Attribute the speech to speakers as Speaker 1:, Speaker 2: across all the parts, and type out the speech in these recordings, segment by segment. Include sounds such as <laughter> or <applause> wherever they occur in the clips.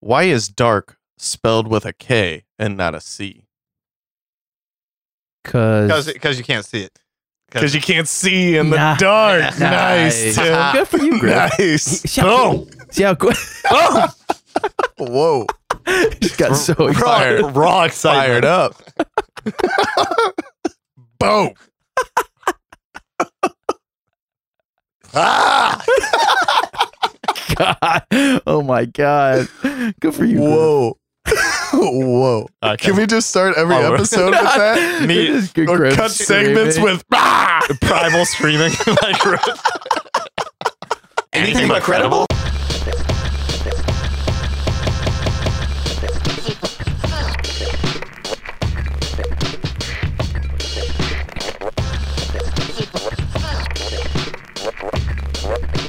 Speaker 1: Why is dark spelled with a K and not a C?
Speaker 2: Because
Speaker 3: because you can't see it.
Speaker 1: Because you can't see in the
Speaker 2: <laughs> Nah.
Speaker 1: dark. Nice.
Speaker 2: Nice.
Speaker 1: Tim.
Speaker 2: good for you, Griff.
Speaker 1: <laughs> Nice.
Speaker 2: Shut up. See how <laughs> quick
Speaker 1: Oh. Whoa.
Speaker 2: she got so <laughs> excited.
Speaker 1: Fired,
Speaker 3: raw, raw
Speaker 1: fired
Speaker 2: <laughs>
Speaker 3: excitement.
Speaker 1: up. Boom.
Speaker 3: Ah!
Speaker 2: God. Oh my god. Good for you. Griff.
Speaker 1: Whoa. Whoa.
Speaker 3: Okay.
Speaker 1: Can we just start every
Speaker 3: Oh.
Speaker 1: episode with <laughs>
Speaker 2: <laughs>
Speaker 1: that?
Speaker 3: Me-
Speaker 2: This is good
Speaker 1: Or
Speaker 2: Griff
Speaker 1: cut
Speaker 2: screaming.
Speaker 1: segments with ah!
Speaker 3: Primal screaming like anything but credible.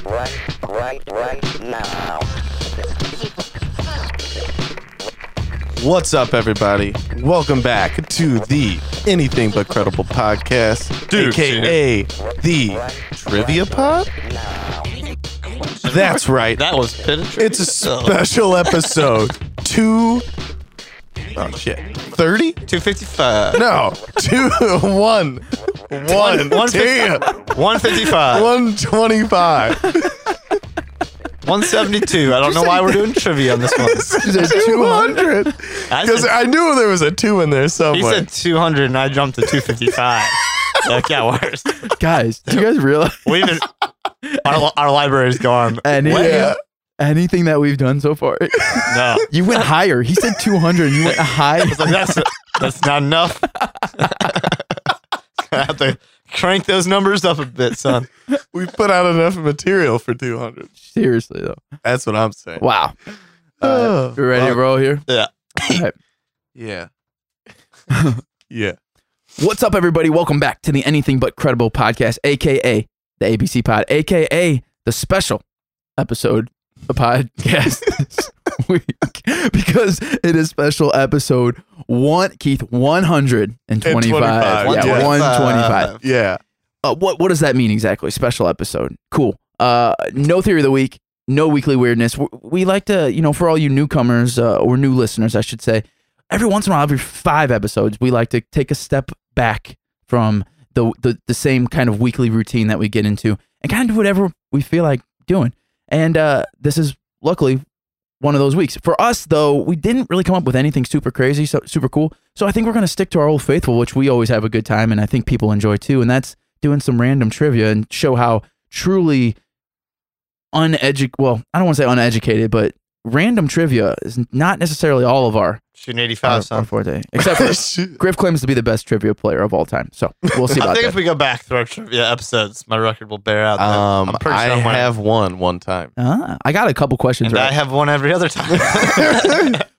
Speaker 4: right, right, right now.
Speaker 1: What's up, everybody? Welcome back to the Anything But Credible podcast,
Speaker 3: Dude,
Speaker 1: aka the Trivia Pod. That's right.
Speaker 3: That was penetrating.
Speaker 1: It's a
Speaker 3: <laughs>
Speaker 1: special episode. Two. Oh shit. Thirty?
Speaker 3: 255.
Speaker 1: No. Two. One. One.
Speaker 3: one
Speaker 1: Damn.
Speaker 3: 155.
Speaker 1: One twenty-five.
Speaker 3: 172. I don't know why we're doing trivia on this one.
Speaker 1: Is it <laughs> two hundred?
Speaker 3: I
Speaker 1: Because
Speaker 3: said-
Speaker 1: I knew there was a two in there
Speaker 3: he
Speaker 1: somewhere.
Speaker 3: said 200 and I jumped to 255. that got worse.
Speaker 2: guys. Do you guys realize
Speaker 3: We've been, our, our library's gone.
Speaker 2: anything,
Speaker 1: <laughs> Yeah.
Speaker 2: anything that we've done so far?
Speaker 3: No.
Speaker 2: You went higher. He said 200. and You went
Speaker 1: <laughs>
Speaker 2: high.
Speaker 3: It's like, that's, that's not enough. <laughs> I have to crank those numbers up a bit, son.
Speaker 1: we put out enough material for two hundred.
Speaker 2: Seriously though.
Speaker 1: That's what I'm saying.
Speaker 2: Wow. Uh, we ready to roll here?
Speaker 3: Yeah.
Speaker 2: All right.
Speaker 1: Oh, <laughs> Yeah. yeah.
Speaker 2: What's up, everybody? Welcome back to the Anything But Credible podcast, aka the ABC Pod, aka the special episode of podcast this week because it is special episode one. Keith, one hundred and twenty-five.
Speaker 1: 125,
Speaker 2: Yeah,
Speaker 1: yeah.
Speaker 2: one twenty-five.
Speaker 1: <laughs> Yeah. <laughs>
Speaker 2: uh, what what does that mean exactly? Special episode. Cool. Uh, no theory of the week. No weekly weirdness. We, we like to, you know, for all you newcomers uh, or new listeners, I should say, every once in a while, every five episodes, we like to take a step back from the the, the same kind of weekly routine that we get into and kind of do whatever we feel like doing. And uh, this is luckily one of those weeks. For us, though, we didn't really come up with anything super crazy, so super cool. So I think we're going to stick to our old faithful, which we always have a good time, and I think people enjoy too. And that's doing some random trivia and show how truly uneducated. Well, I don't want to say uneducated, but random trivia is not necessarily all of our,
Speaker 3: Shooting
Speaker 2: our,
Speaker 3: 85,
Speaker 2: our
Speaker 3: son.
Speaker 2: forte. Except
Speaker 1: Um,
Speaker 2: for <laughs> Griff claims to be the best trivia player of all time. So we'll see
Speaker 3: <laughs> I
Speaker 2: about
Speaker 3: think
Speaker 2: that.
Speaker 3: if we go back through our trivia episodes, my record will bear out. that
Speaker 1: Um,
Speaker 3: I'm pretty
Speaker 1: I
Speaker 3: sure I'm winning.
Speaker 1: have won one time.
Speaker 2: Ah, I got a couple questions
Speaker 3: And
Speaker 2: right.
Speaker 3: I have one every other time. <laughs>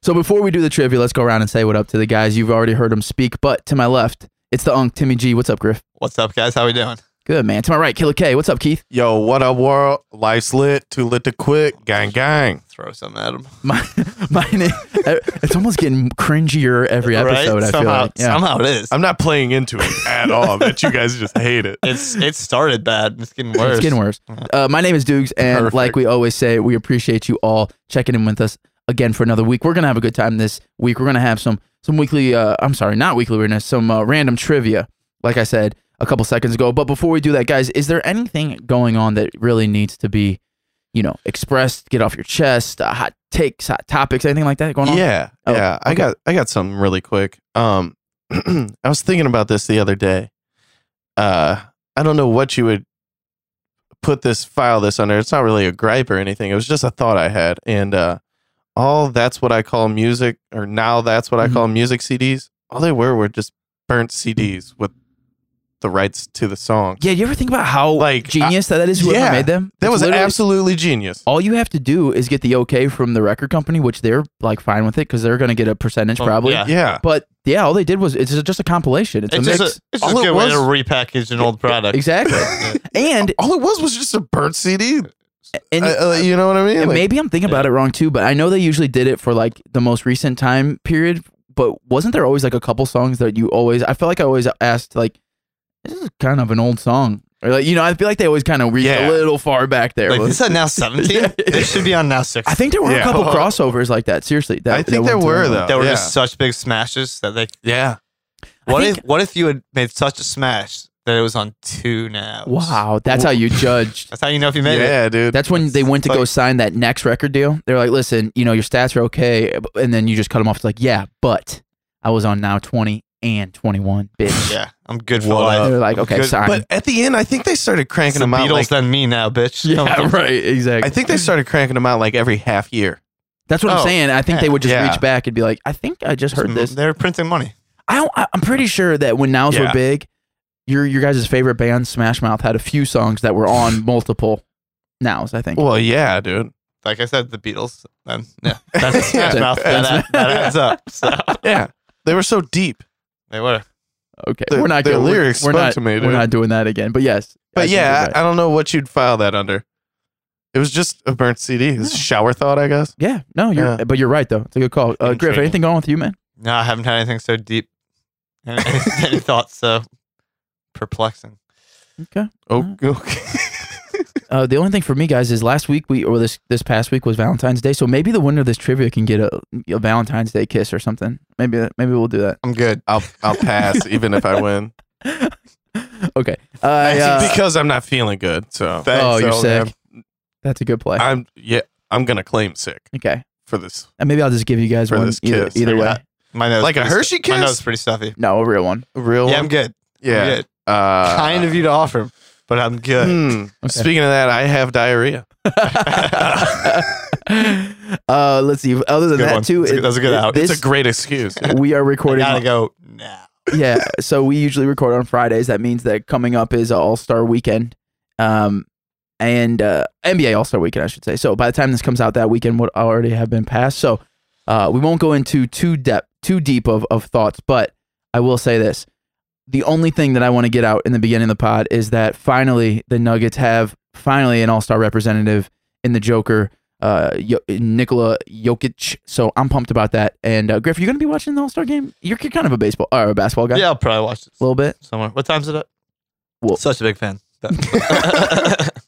Speaker 2: So before we do the trivia, let's go around and say what up to the guys. You've already heard them speak, but to my left, it's the unk Timmy G. What's up, Griff?
Speaker 3: What's up, guys? How we doing?
Speaker 2: Good man. To my right, Killer K. What's up, Keith?
Speaker 1: Yo, what up, world? Life's lit, too lit to quit. Gang, gang.
Speaker 3: Throw some at him.
Speaker 2: My <laughs> my name. It's almost getting cringier every episode. I
Speaker 3: somehow,
Speaker 2: feel like. Yeah.
Speaker 3: somehow it is.
Speaker 1: I'm not playing into it at all. I bet you guys just hate it.
Speaker 3: it's it started bad. and It's getting worse.
Speaker 2: It's getting worse. Uh, my name is Dukes, and
Speaker 1: Perfect.
Speaker 2: like we always say, we appreciate you all checking in with us again for another week. We're gonna have a good time this week. We're gonna have some some weekly. Uh, I'm sorry, not weekly weirdness. Some uh, random trivia, like I said a couple seconds ago. But before we do that, guys, is there anything going on that really needs to be, you know, expressed? Get off your chest. Uh, hot takes, hot topics, anything like that going on?
Speaker 1: Yeah,
Speaker 2: Oh,
Speaker 1: yeah. I
Speaker 2: okay.
Speaker 1: got I got something really quick. Um, <clears throat> I was thinking about this the other day. Uh, I don't know what you would put this file this under. It's not really a gripe or anything. It was just a thought I had, and uh, all that's what I call music, or now that's what I
Speaker 2: Mhm.
Speaker 1: call music CDs. All they were were just burnt CDs with the rights to the song.
Speaker 2: Yeah. You ever think about how
Speaker 1: Like, I-
Speaker 2: genius that is? Whoever
Speaker 1: yeah.
Speaker 2: made them.
Speaker 1: That
Speaker 2: It's
Speaker 1: was
Speaker 2: literally- Oh,
Speaker 1: absolutely genius.
Speaker 2: all you have to do is get the okay from the record company, which they're like fine with it because they're going to get a percentage
Speaker 3: Well,
Speaker 2: probably.
Speaker 3: Oh, yeah.
Speaker 1: Yeah.
Speaker 2: But yeah, all they did was it's just a compilation. It's,
Speaker 3: It's
Speaker 2: a
Speaker 3: just
Speaker 2: mix.
Speaker 3: a, it's just
Speaker 1: All
Speaker 3: a
Speaker 1: it
Speaker 3: good way to
Speaker 1: was-
Speaker 3: repackage an old product. <laughs>
Speaker 2: exactly. and,
Speaker 1: All it was was just a burnt CD.
Speaker 2: and
Speaker 1: Uh, uh, you know what I mean?
Speaker 2: and
Speaker 1: Like-
Speaker 2: maybe I'm thinking about it wrong too, but I know they usually did it for like the most recent time period. But wasn't there always like a couple songs that you always? I felt like I always asked like, "This is kind of an old song." Or like you know, I feel like they always kind of reach
Speaker 1: Yeah.
Speaker 2: a little far back <laughs> there.
Speaker 3: Like,
Speaker 2: Like-
Speaker 3: is that now 17?
Speaker 2: <laughs> Yeah.
Speaker 3: It should be on now 6.
Speaker 2: I think there were
Speaker 1: Yeah.
Speaker 2: a
Speaker 3: <laughs>
Speaker 2: couple crossovers like that. Seriously, that,
Speaker 1: I think
Speaker 2: that
Speaker 1: there
Speaker 2: went to
Speaker 1: were,
Speaker 2: them.
Speaker 1: though.
Speaker 3: There were
Speaker 1: yeah.
Speaker 3: just such big smashes that they.
Speaker 1: yeah.
Speaker 2: I
Speaker 3: What
Speaker 2: think-
Speaker 3: if What if you had made such a smash that it was on two now?
Speaker 2: Wow, that's how you judge.
Speaker 3: That's how you know if you made it.
Speaker 1: Yeah, dude.
Speaker 2: <laughs> That's when they went to go
Speaker 3: Like-
Speaker 2: sign that next record deal. They're like, "Listen, you know your stats are okay," and then you just cut them off. It's like, "Yeah, but I was on now twenty and twenty one, bitch."
Speaker 3: Yeah, I'm good for
Speaker 1: What
Speaker 3: life.
Speaker 1: up?
Speaker 2: They're like, "Okay,
Speaker 3: Good-
Speaker 2: sorry."
Speaker 1: uh, <laughs> but at the end, I think they started
Speaker 3: It's
Speaker 1: cranking
Speaker 3: the
Speaker 1: them out.
Speaker 3: Beatles
Speaker 1: Like,
Speaker 3: than me now, bitch.
Speaker 2: yeah,
Speaker 3: Come-
Speaker 2: <laughs> right, exactly.
Speaker 1: I think they started cranking them out like every half year.
Speaker 2: That's what
Speaker 3: Oh,
Speaker 2: I'm saying. I think
Speaker 3: yeah,
Speaker 2: they would just
Speaker 1: yeah.
Speaker 2: reach back and be like, "I think I just heard this."
Speaker 3: They're printing money.
Speaker 2: I don't, I- I'm pretty sure that when nows
Speaker 1: Yeah.
Speaker 2: were big, your your guys' favorite band, Smash Mouth, had a few songs that
Speaker 1: <laughs>
Speaker 2: were on multiple nows. I think.
Speaker 1: Well, yeah, dude.
Speaker 3: Like I said, the Beatles. Then yeah, that's
Speaker 1: Yeah.
Speaker 3: Smash Mouth. That, that, that adds up. So
Speaker 1: <laughs> Yeah. They were so deep.
Speaker 3: they were.
Speaker 2: okay,
Speaker 1: the-
Speaker 2: we're not
Speaker 1: the
Speaker 2: gonna- we're-
Speaker 1: lyrics
Speaker 2: We're
Speaker 1: spoke
Speaker 2: not,
Speaker 1: to me,
Speaker 2: we're
Speaker 1: dude.
Speaker 2: not doing that again. But yes, I
Speaker 1: But
Speaker 2: think
Speaker 1: yeah,
Speaker 2: you're right.
Speaker 1: I, I don't know what you'd file that under. It was just a burnt CD. It's shower thought, I guess.
Speaker 2: yeah, no, you're
Speaker 1: Yeah.
Speaker 2: but you're right though. It's a good call, uh, Griff.
Speaker 3: Intriguing.
Speaker 2: Anything going with you, man?
Speaker 3: No, I haven't had anything so deep. Any, any thoughts so perplexing?
Speaker 2: Okay.
Speaker 1: Oh, okay.
Speaker 2: Uh, the only thing for me, guys, is last week we or this this past week was Valentine's Day, so maybe the winner of this trivia can get a, a Valentine's Day kiss or something. Maybe maybe we'll do that. <laughs>
Speaker 3: I'm good.
Speaker 1: <laughs> I'll I'll pass even if I <laughs> win.
Speaker 2: Okay. I, uh,
Speaker 1: It's because I'm not feeling good. So
Speaker 3: Thanks,
Speaker 2: oh, you're
Speaker 3: old
Speaker 2: sick.
Speaker 3: man.
Speaker 2: That's a good play.
Speaker 1: I'm yeah, I'm gonna claim sick
Speaker 2: okay.
Speaker 1: for this.
Speaker 2: And maybe I'll just give you guys
Speaker 1: For
Speaker 2: one
Speaker 1: this
Speaker 2: either,
Speaker 1: kiss.
Speaker 2: either
Speaker 3: I
Speaker 2: way.
Speaker 3: got- My nose
Speaker 1: Like a
Speaker 3: pretty
Speaker 1: Hershey
Speaker 3: stu- My
Speaker 1: kiss?
Speaker 3: nose is pretty stuffy.
Speaker 2: No, a real
Speaker 3: <laughs>
Speaker 2: one. <laughs>
Speaker 1: Real
Speaker 3: Yeah,
Speaker 1: one?
Speaker 3: I'm good.
Speaker 1: Yeah.
Speaker 3: I'm good.
Speaker 1: Uh,
Speaker 3: kind of you to offer, but I'm good.
Speaker 1: hmm. <laughs> Speaking of that, I have diarrhea.
Speaker 2: uh, let's see. Other than
Speaker 3: Good
Speaker 2: that,
Speaker 3: one.
Speaker 2: too,
Speaker 3: That's a good- that's a good out.
Speaker 1: Oh, It's a great <laughs> excuse.
Speaker 2: <laughs> we are
Speaker 3: <laughs> I
Speaker 2: recording.
Speaker 3: gotta go now.
Speaker 2: yeah, so we usually record on Fridays. That means that coming up is All Star Weekend, um, and uh, NBA All Star Weekend, I should say. So by the time this comes out, that weekend would already have been passed. So uh, we won't go into too depth, too deep of of thoughts, but I will say this: the only thing that I want to get out in the beginning of the pod is that finally the Nuggets have finally an All Star representative in the Joker. Uh, Yo- Nikola Jokic. So I'm pumped about that. And uh, Griff, you're gonna be watching the All Star game. You're kind of a baseball or a basketball guy
Speaker 3: Yeah, I'll probably watch it
Speaker 2: a little bit.
Speaker 3: somewhere. What time's it up?
Speaker 2: Well-
Speaker 3: Such a big fan. <laughs>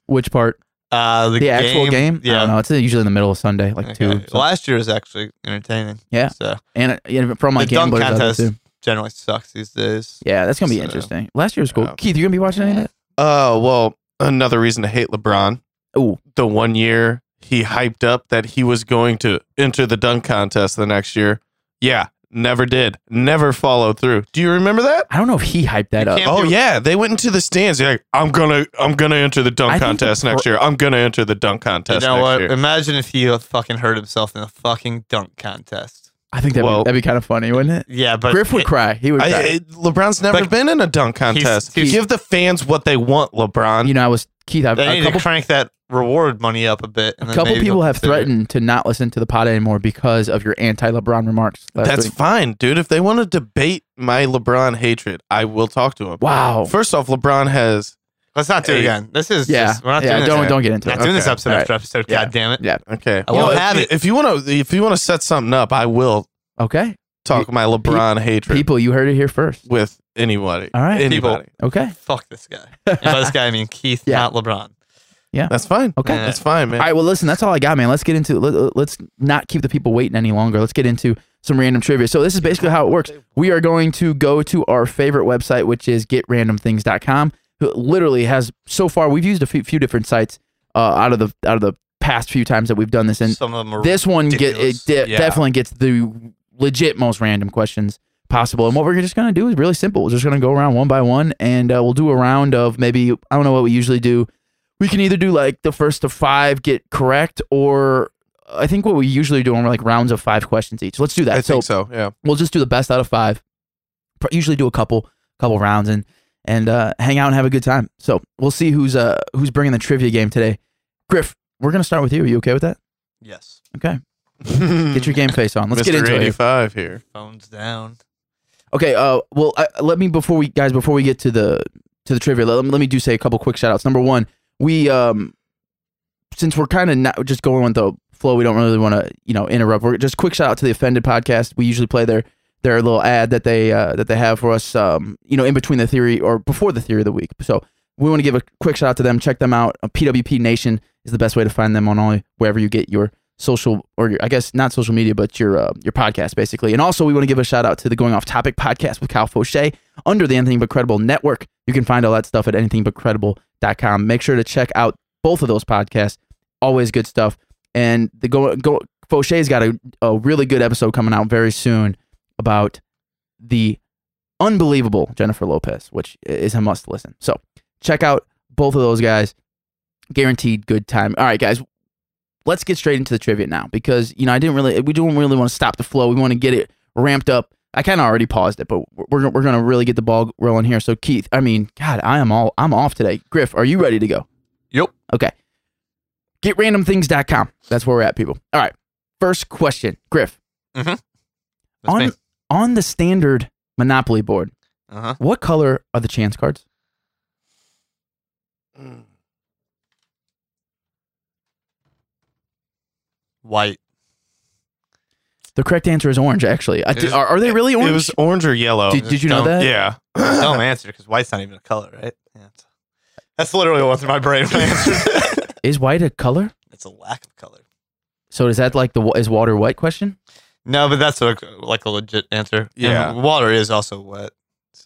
Speaker 2: Which part?
Speaker 3: uh, the
Speaker 2: The, actual game? I
Speaker 3: Yeah.
Speaker 2: don't know. It's usually in the middle of Sunday, like two.
Speaker 3: Okay.
Speaker 2: so-
Speaker 3: Last year was actually entertaining.
Speaker 2: Yeah.
Speaker 3: So
Speaker 2: and it- yeah, from my
Speaker 3: the dunk
Speaker 2: gamblers out there,
Speaker 3: contest
Speaker 2: too.
Speaker 3: generally sucks these days.
Speaker 2: Yeah, that's gonna be
Speaker 3: So-
Speaker 2: interesting. Last year was cool.
Speaker 1: Yeah.
Speaker 2: Keith, you gonna be watching any of that?
Speaker 1: Oh well, another reason to hate LeBron.
Speaker 2: Ooh.
Speaker 1: the one year he hyped up that he was going to enter the dunk contest the next year. Yeah, never did. Never followed through. Do you remember that?
Speaker 2: I don't know if he hyped that
Speaker 3: You
Speaker 2: up.
Speaker 3: can't
Speaker 1: Oh
Speaker 3: do-
Speaker 1: yeah, they went into the stands. They're like, I'm gonna, I'm gonna enter the dunk
Speaker 2: I think the
Speaker 1: contest
Speaker 2: pro-
Speaker 1: next year. I'm gonna enter the dunk
Speaker 3: You
Speaker 1: contest
Speaker 3: know
Speaker 1: next
Speaker 3: what?
Speaker 1: year.
Speaker 3: Imagine if he fucking hurt himself in a fucking dunk contest.
Speaker 2: I think that'd,
Speaker 1: Well-
Speaker 2: be, that'd be kind of funny, wouldn't it?
Speaker 3: Yeah, but
Speaker 2: Griff would cry. He would.
Speaker 1: I,
Speaker 2: cry.
Speaker 1: I- LeBron's never
Speaker 3: Like,
Speaker 1: been in a dunk contest.
Speaker 3: he's-
Speaker 1: Give the fans what they want, LeBron.
Speaker 2: you know, I was Keith. I've,
Speaker 3: They need
Speaker 2: a
Speaker 3: to
Speaker 2: couple,
Speaker 3: crank that reward money up a bit. And
Speaker 2: a
Speaker 3: then
Speaker 2: couple
Speaker 3: maybe
Speaker 2: people
Speaker 3: they'll
Speaker 2: have
Speaker 3: consider it.
Speaker 2: threatened to not listen to the pod anymore because of your anti-LeBron remarks. Last
Speaker 1: That's
Speaker 2: week.
Speaker 1: fine, dude. If they want to debate my LeBron hatred, I will talk to him.
Speaker 2: wow.
Speaker 1: First off, LeBron has
Speaker 3: Let's not do it
Speaker 1: Hey.
Speaker 3: again. This is
Speaker 2: yeah,
Speaker 3: just, we're not
Speaker 2: yeah.
Speaker 3: doing
Speaker 2: don't
Speaker 3: this.
Speaker 2: don't get into
Speaker 3: Not
Speaker 2: it.
Speaker 3: doing this
Speaker 1: Okay.
Speaker 3: episode
Speaker 2: All right.
Speaker 3: after episode.
Speaker 2: Yeah.
Speaker 3: God damn it.
Speaker 1: okay.
Speaker 3: I won't
Speaker 1: Well,
Speaker 3: have
Speaker 1: if,
Speaker 3: it.
Speaker 1: If you want to, if you want to set something up, I will
Speaker 2: Okay,
Speaker 1: talk my LeBron hatred
Speaker 2: people, you heard it here first.
Speaker 1: with anybody.
Speaker 2: All right.
Speaker 1: anybody.
Speaker 3: People.
Speaker 2: Okay,
Speaker 3: Fuck this
Speaker 2: <laughs>
Speaker 3: guy. And by this guy, I mean Keith,
Speaker 2: Yeah.
Speaker 3: not LeBron.
Speaker 1: That's fine.
Speaker 2: Okay.
Speaker 1: that's fine, man.
Speaker 2: All right, well, listen, that's all I got, man. Let's get into let, uh, let's not keep the people waiting any longer. Let's get into some random trivia. So this is basically how it works. We are going to go to our favorite website, which is getrandomthings.com. It literally has so far we've used a few, few different sites uh, out of the out of the past few times that we've done this, and
Speaker 3: Some of them are
Speaker 2: this one get it
Speaker 3: ridiculous.
Speaker 2: de-
Speaker 3: Yeah.
Speaker 2: definitely gets the legit most random questions possible. And what we're just gonna do is really simple. We're just gonna go around one by one, and uh, we'll do a round of maybe I don't know what we usually do. We can either do like the first to five get correct, or uh, I think what we usually do are like rounds of five questions each. Let's do that.
Speaker 1: I think so. Yeah.
Speaker 2: we'll just do the best out of five. Pr- Usually do a couple couple rounds and and uh, hang out and have a good time. So we'll see who's uh who's bringing the trivia game today. Griff, we're gonna start with you. Are you okay with that?
Speaker 3: Yes.
Speaker 2: Okay.
Speaker 1: <laughs>
Speaker 2: Get your game face on. Let's get into it. here.
Speaker 1: 85 here.
Speaker 3: Phones down.
Speaker 2: Okay. Uh, well, I, let me before we guys before we get to the to the trivia. Let, me- let me do say a couple quick shout outs. Number one, we um since we're kind of not just going with the flow, we don't really want to you know interrupt. We're just quick shout out to the Offended podcast. We usually play their their little ad that they uh, that they have for us. Um, you know, in between the theory or before the theory of the week. So we want to give a quick shout out to them. Check them out. Uh, PWP Nation is the best way to find them on all wherever you get your social or your, I guess not social media, but your uh, your podcast basically. And also, we want to give a shout out to the Going Off Topic podcast with Cal Fauché under the Anything But Credible Network. You can find all that stuff at anythingbutcredible.com. Make sure to check out both of those podcasts. Always good stuff. And the go go Fauché's got a, a really good episode coming out very soon about the unbelievable Jennifer Lopez, which is a must listen. So check out both of those guys. Guaranteed good time. All right, guys, let's get straight into the trivia now because you know I didn't really we don't really want to stop the flow. We want to get it ramped up. I kind of already paused it, but we're we're gonna really get the ball rolling here. So Keith, I mean, God, I am all I'm off today. Griff, are you ready to go?
Speaker 3: Yep.
Speaker 2: Okay. GetRandomThings.com. That's where we're at, people. All right. First question, Griff.
Speaker 3: That's
Speaker 2: on
Speaker 3: me.
Speaker 2: on the standard Monopoly board,
Speaker 3: Uh-huh.
Speaker 2: what color are the chance cards?
Speaker 3: White.
Speaker 2: The correct answer is orange. Actually, I
Speaker 3: It
Speaker 2: di-
Speaker 3: is-
Speaker 2: are, are they really
Speaker 1: It
Speaker 2: orange?
Speaker 1: was orange or yellow.
Speaker 2: did, did you know
Speaker 3: Don't-
Speaker 2: that?
Speaker 3: <clears throat>
Speaker 1: yeah.
Speaker 3: Dumb answer because white's not even a color, right? Yeah. it's- That's literally what went through my brain when I answered that.
Speaker 2: Is white a color?
Speaker 3: <laughs> It's a lack of color.
Speaker 2: So is that like the wa- is water white question?
Speaker 3: No, but that's a, like a legit answer.
Speaker 1: Yeah.
Speaker 3: And water is also wet.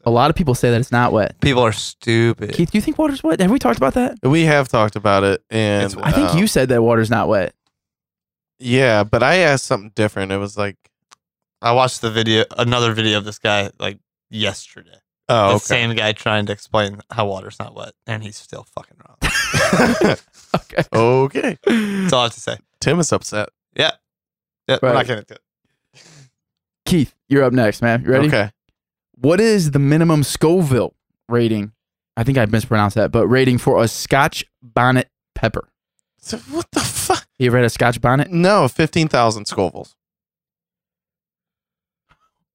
Speaker 2: A lot of people say that it's not wet.
Speaker 3: People are stupid.
Speaker 2: Keith, do you think water's wet? Have we talked about that?
Speaker 1: We have talked about it, and
Speaker 3: It's-
Speaker 2: I think
Speaker 1: um,
Speaker 2: you said that water's not wet.
Speaker 1: Yeah, but I asked something different. It was like,
Speaker 3: I watched the video, another video of this guy like yesterday.
Speaker 1: oh,
Speaker 3: the
Speaker 1: okay.
Speaker 3: same guy trying to explain how water's not wet, and he's still fucking
Speaker 1: <laughs>
Speaker 2: Okay.
Speaker 3: wrong.
Speaker 1: <laughs> okay.
Speaker 2: <laughs>
Speaker 3: That's all I have to say.
Speaker 1: Tim is upset.
Speaker 3: Yeah, We're
Speaker 2: Right.
Speaker 3: not gonna do it.
Speaker 2: Keith, you're up next, man. You ready?
Speaker 1: Okay.
Speaker 2: What is the minimum Scoville rating? I think I mispronounced that, but rating for a Scotch bonnet pepper.
Speaker 1: So what the fuck?
Speaker 2: You ever had a Scotch
Speaker 1: <laughs>
Speaker 2: bonnet?
Speaker 1: No, 15,000 Scovilles.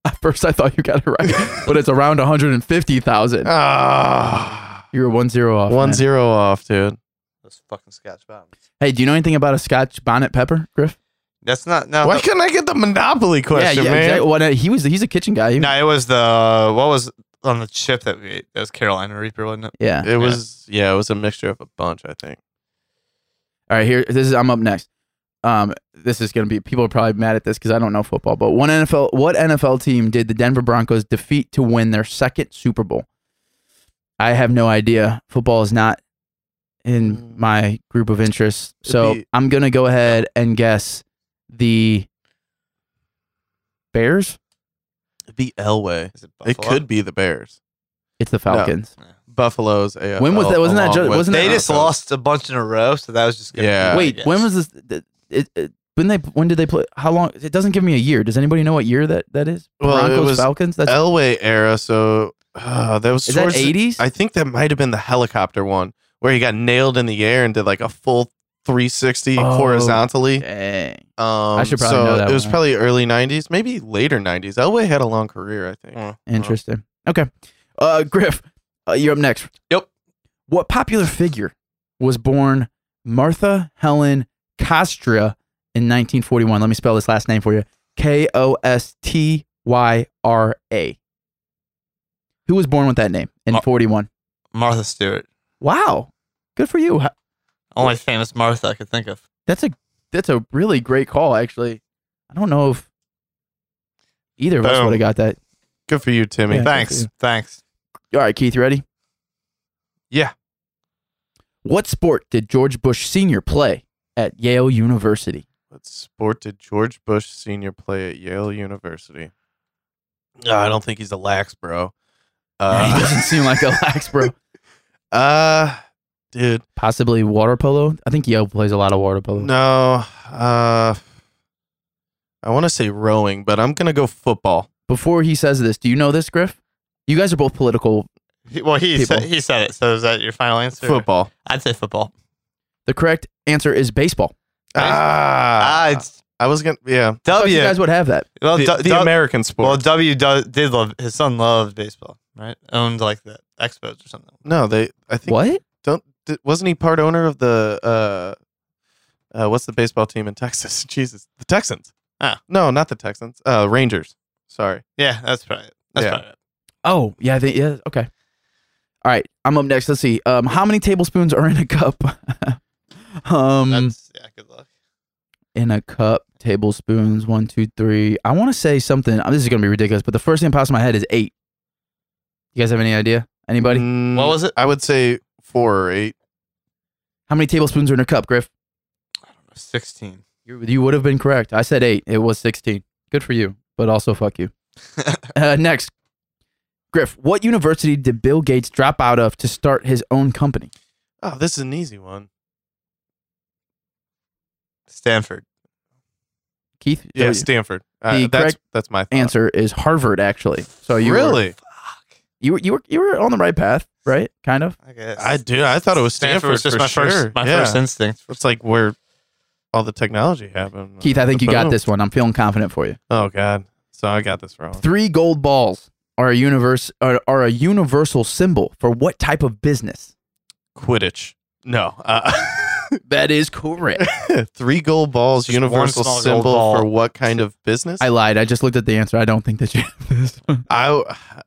Speaker 2: At first, I thought you got it
Speaker 1: <laughs>
Speaker 2: right, but it's around 150,000.
Speaker 1: Ah.
Speaker 2: You were one zero off.
Speaker 1: Uh. One
Speaker 2: man.
Speaker 1: zero off, dude.
Speaker 3: Those fucking Scotch bombs.
Speaker 2: Hey, do you know anything about a Scotch bonnet pepper, Griff?
Speaker 3: That's not no.
Speaker 1: Why
Speaker 3: no-
Speaker 1: couldn't I get the Monopoly question,
Speaker 2: yeah, Oh, yeah,
Speaker 1: man?
Speaker 2: exactly. Well, no, he was he's a kitchen guy. He-
Speaker 3: No, it was the what was on the chip that we ate. That was Carolina Reaper, wasn't it?
Speaker 2: Yeah.
Speaker 1: It was, yeah, it was a mixture of a bunch, I think.
Speaker 2: All right, here. This is I'm up next. Um, this is gonna be people are probably mad at this because I don't know football. But one NFL, what NFL team did the Denver Broncos defeat to win their second Super Bowl? I have no idea. Football is not in
Speaker 1: Mm.
Speaker 2: my group of interests, so
Speaker 1: be-
Speaker 2: I'm gonna go ahead and guess the Bears.
Speaker 1: It'd be Elway.
Speaker 3: Is it
Speaker 1: It
Speaker 3: Buffalo?
Speaker 1: could be the Bears.
Speaker 2: It's the Falcons.
Speaker 1: Buffalo's AFL.
Speaker 2: When was that- wasn't that
Speaker 1: along
Speaker 2: ju-
Speaker 1: with-
Speaker 2: wasn't that-
Speaker 3: They just lost a bunch in a row, so that was just gonna
Speaker 1: Yeah.
Speaker 3: Be,
Speaker 2: Wait,
Speaker 3: Yes.
Speaker 2: when was this? th- It, it, when they when did they play? How long? It doesn't give me a year. Does anybody know what year that that is?
Speaker 1: Well, it
Speaker 2: Broncos
Speaker 1: was
Speaker 2: Falcons. That's
Speaker 1: Elway era, so uh, that was
Speaker 2: Is that
Speaker 1: towards the-
Speaker 2: 80s?
Speaker 1: I think that might have been the helicopter one where he got nailed in the air and did like a full 360
Speaker 2: Oh,
Speaker 1: horizontally.
Speaker 2: Dang.
Speaker 1: Um,
Speaker 2: I should probably
Speaker 1: so
Speaker 2: know that
Speaker 1: It was
Speaker 2: one.
Speaker 1: probably early 90s, maybe later 90s. Elway had a long career, I think.
Speaker 3: Mm.
Speaker 2: Interesting. Okay. Uh, Griff, uh, you're up next.
Speaker 3: Yep.
Speaker 2: What popular figure was born Martha Helen Kostra in 1941? Let me spell this last name for you K O S T Y R A. Who was born with that name in
Speaker 3: Mar-
Speaker 2: 41?
Speaker 3: Martha Stewart,
Speaker 2: Wow. Good for you. Ha-
Speaker 3: only famous Martha I could think of.
Speaker 2: That's a that's a really great call, actually. I don't know if either of us
Speaker 3: Boom.
Speaker 2: would have got that.
Speaker 1: Good for you, Timmy.
Speaker 2: Yeah.
Speaker 3: Thanks,
Speaker 2: you.
Speaker 3: thanks.
Speaker 2: All right, Keith, you ready?
Speaker 1: Yeah.
Speaker 2: What sport did George Bush Sr. play at Yale University?
Speaker 1: What sport did George Bush Sr. play at Yale University? No, I don't think he's a lax,
Speaker 2: <laughs>
Speaker 1: bro.
Speaker 2: he
Speaker 1: Uh,
Speaker 2: doesn't seem like a lax bro.
Speaker 1: <laughs> uh, dude,
Speaker 2: <laughs> Possibly water polo. I think Yale plays a lot of water polo.
Speaker 1: no. Uh, I want to say rowing, but I'm going to go football.
Speaker 2: Before he says this, do you know this, Griff? You guys are both political.
Speaker 3: He- well, he
Speaker 2: People.
Speaker 3: said, he said it. So is that your final answer?
Speaker 1: Football.
Speaker 3: I'd say football.
Speaker 2: The correct answer is baseball.
Speaker 1: Ah,
Speaker 3: Ah, it's
Speaker 1: I was gonna, yeah.
Speaker 2: I thought
Speaker 3: W.
Speaker 2: you guys would have that.
Speaker 3: well,
Speaker 1: the,
Speaker 3: du-
Speaker 1: the
Speaker 3: du-
Speaker 1: American sport.
Speaker 3: well, W does, did love his son loved baseball, right? Owned like the Expos or something.
Speaker 1: no, they. I think.
Speaker 2: What?
Speaker 1: Don't. di- wasn't he part owner of the? Uh, uh, what's the baseball team in Texas? <laughs> Jesus, the Texans.
Speaker 3: Ah.
Speaker 1: No, not the Texans. Uh, Rangers. Sorry.
Speaker 3: Yeah, that's probably it. That's
Speaker 1: Yeah.
Speaker 3: probably it.
Speaker 2: Oh, yeah, I think yeah. Okay. All right, I'm up next. Let's see. Um, how many tablespoons are in a cup? <laughs> um,
Speaker 3: That's yeah, good luck.
Speaker 2: in a cup, tablespoons, one, two, three. I want to say something. oh, This is gonna be ridiculous, but the first thing that pops in my head is eight. You guys have any idea? Anybody?
Speaker 1: Mm,
Speaker 3: What was it?
Speaker 1: I would say four or eight. Mm-hmm.
Speaker 2: How many tablespoons are in a cup, Griff?
Speaker 3: Sixteen. <laughs>
Speaker 2: You, you would have been correct. I said eight. It was sixteen. Good for you, but also fuck you. <laughs> uh, next, Griff. What university did Bill Gates drop out of to start his own company?
Speaker 1: Oh, this is an easy one.
Speaker 3: Stanford.
Speaker 2: Keith.
Speaker 1: Yeah,
Speaker 2: So
Speaker 1: Stanford.
Speaker 2: The
Speaker 1: Uh, that's
Speaker 2: correct
Speaker 1: that's my thought.
Speaker 2: answer is Harvard. Actually, so you were-
Speaker 1: really?
Speaker 2: you were, you were you were on the right path, right? Kind of.
Speaker 3: I guess.
Speaker 1: I do. I thought it was Stanford.
Speaker 3: Stanford was just
Speaker 1: for
Speaker 3: my
Speaker 1: sure.
Speaker 3: first my
Speaker 1: Yeah.
Speaker 3: first instinct.
Speaker 1: It's like where all the technology happened.
Speaker 2: Keith, I think you got
Speaker 1: Boom.
Speaker 2: this one. I'm feeling confident for you.
Speaker 1: Oh God. So I got this wrong.
Speaker 2: Three gold balls are a universe are, are a universal symbol for what type of business?
Speaker 1: Quidditch. No. Uh,
Speaker 2: <laughs>
Speaker 1: <laughs>
Speaker 2: That is correct.
Speaker 1: three gold balls,
Speaker 3: Just one
Speaker 1: universal
Speaker 3: small gold
Speaker 1: symbol
Speaker 3: ball.
Speaker 1: for what kind of business?
Speaker 2: <laughs> I lied. I just looked at the answer. I don't think that you have this one.
Speaker 1: I,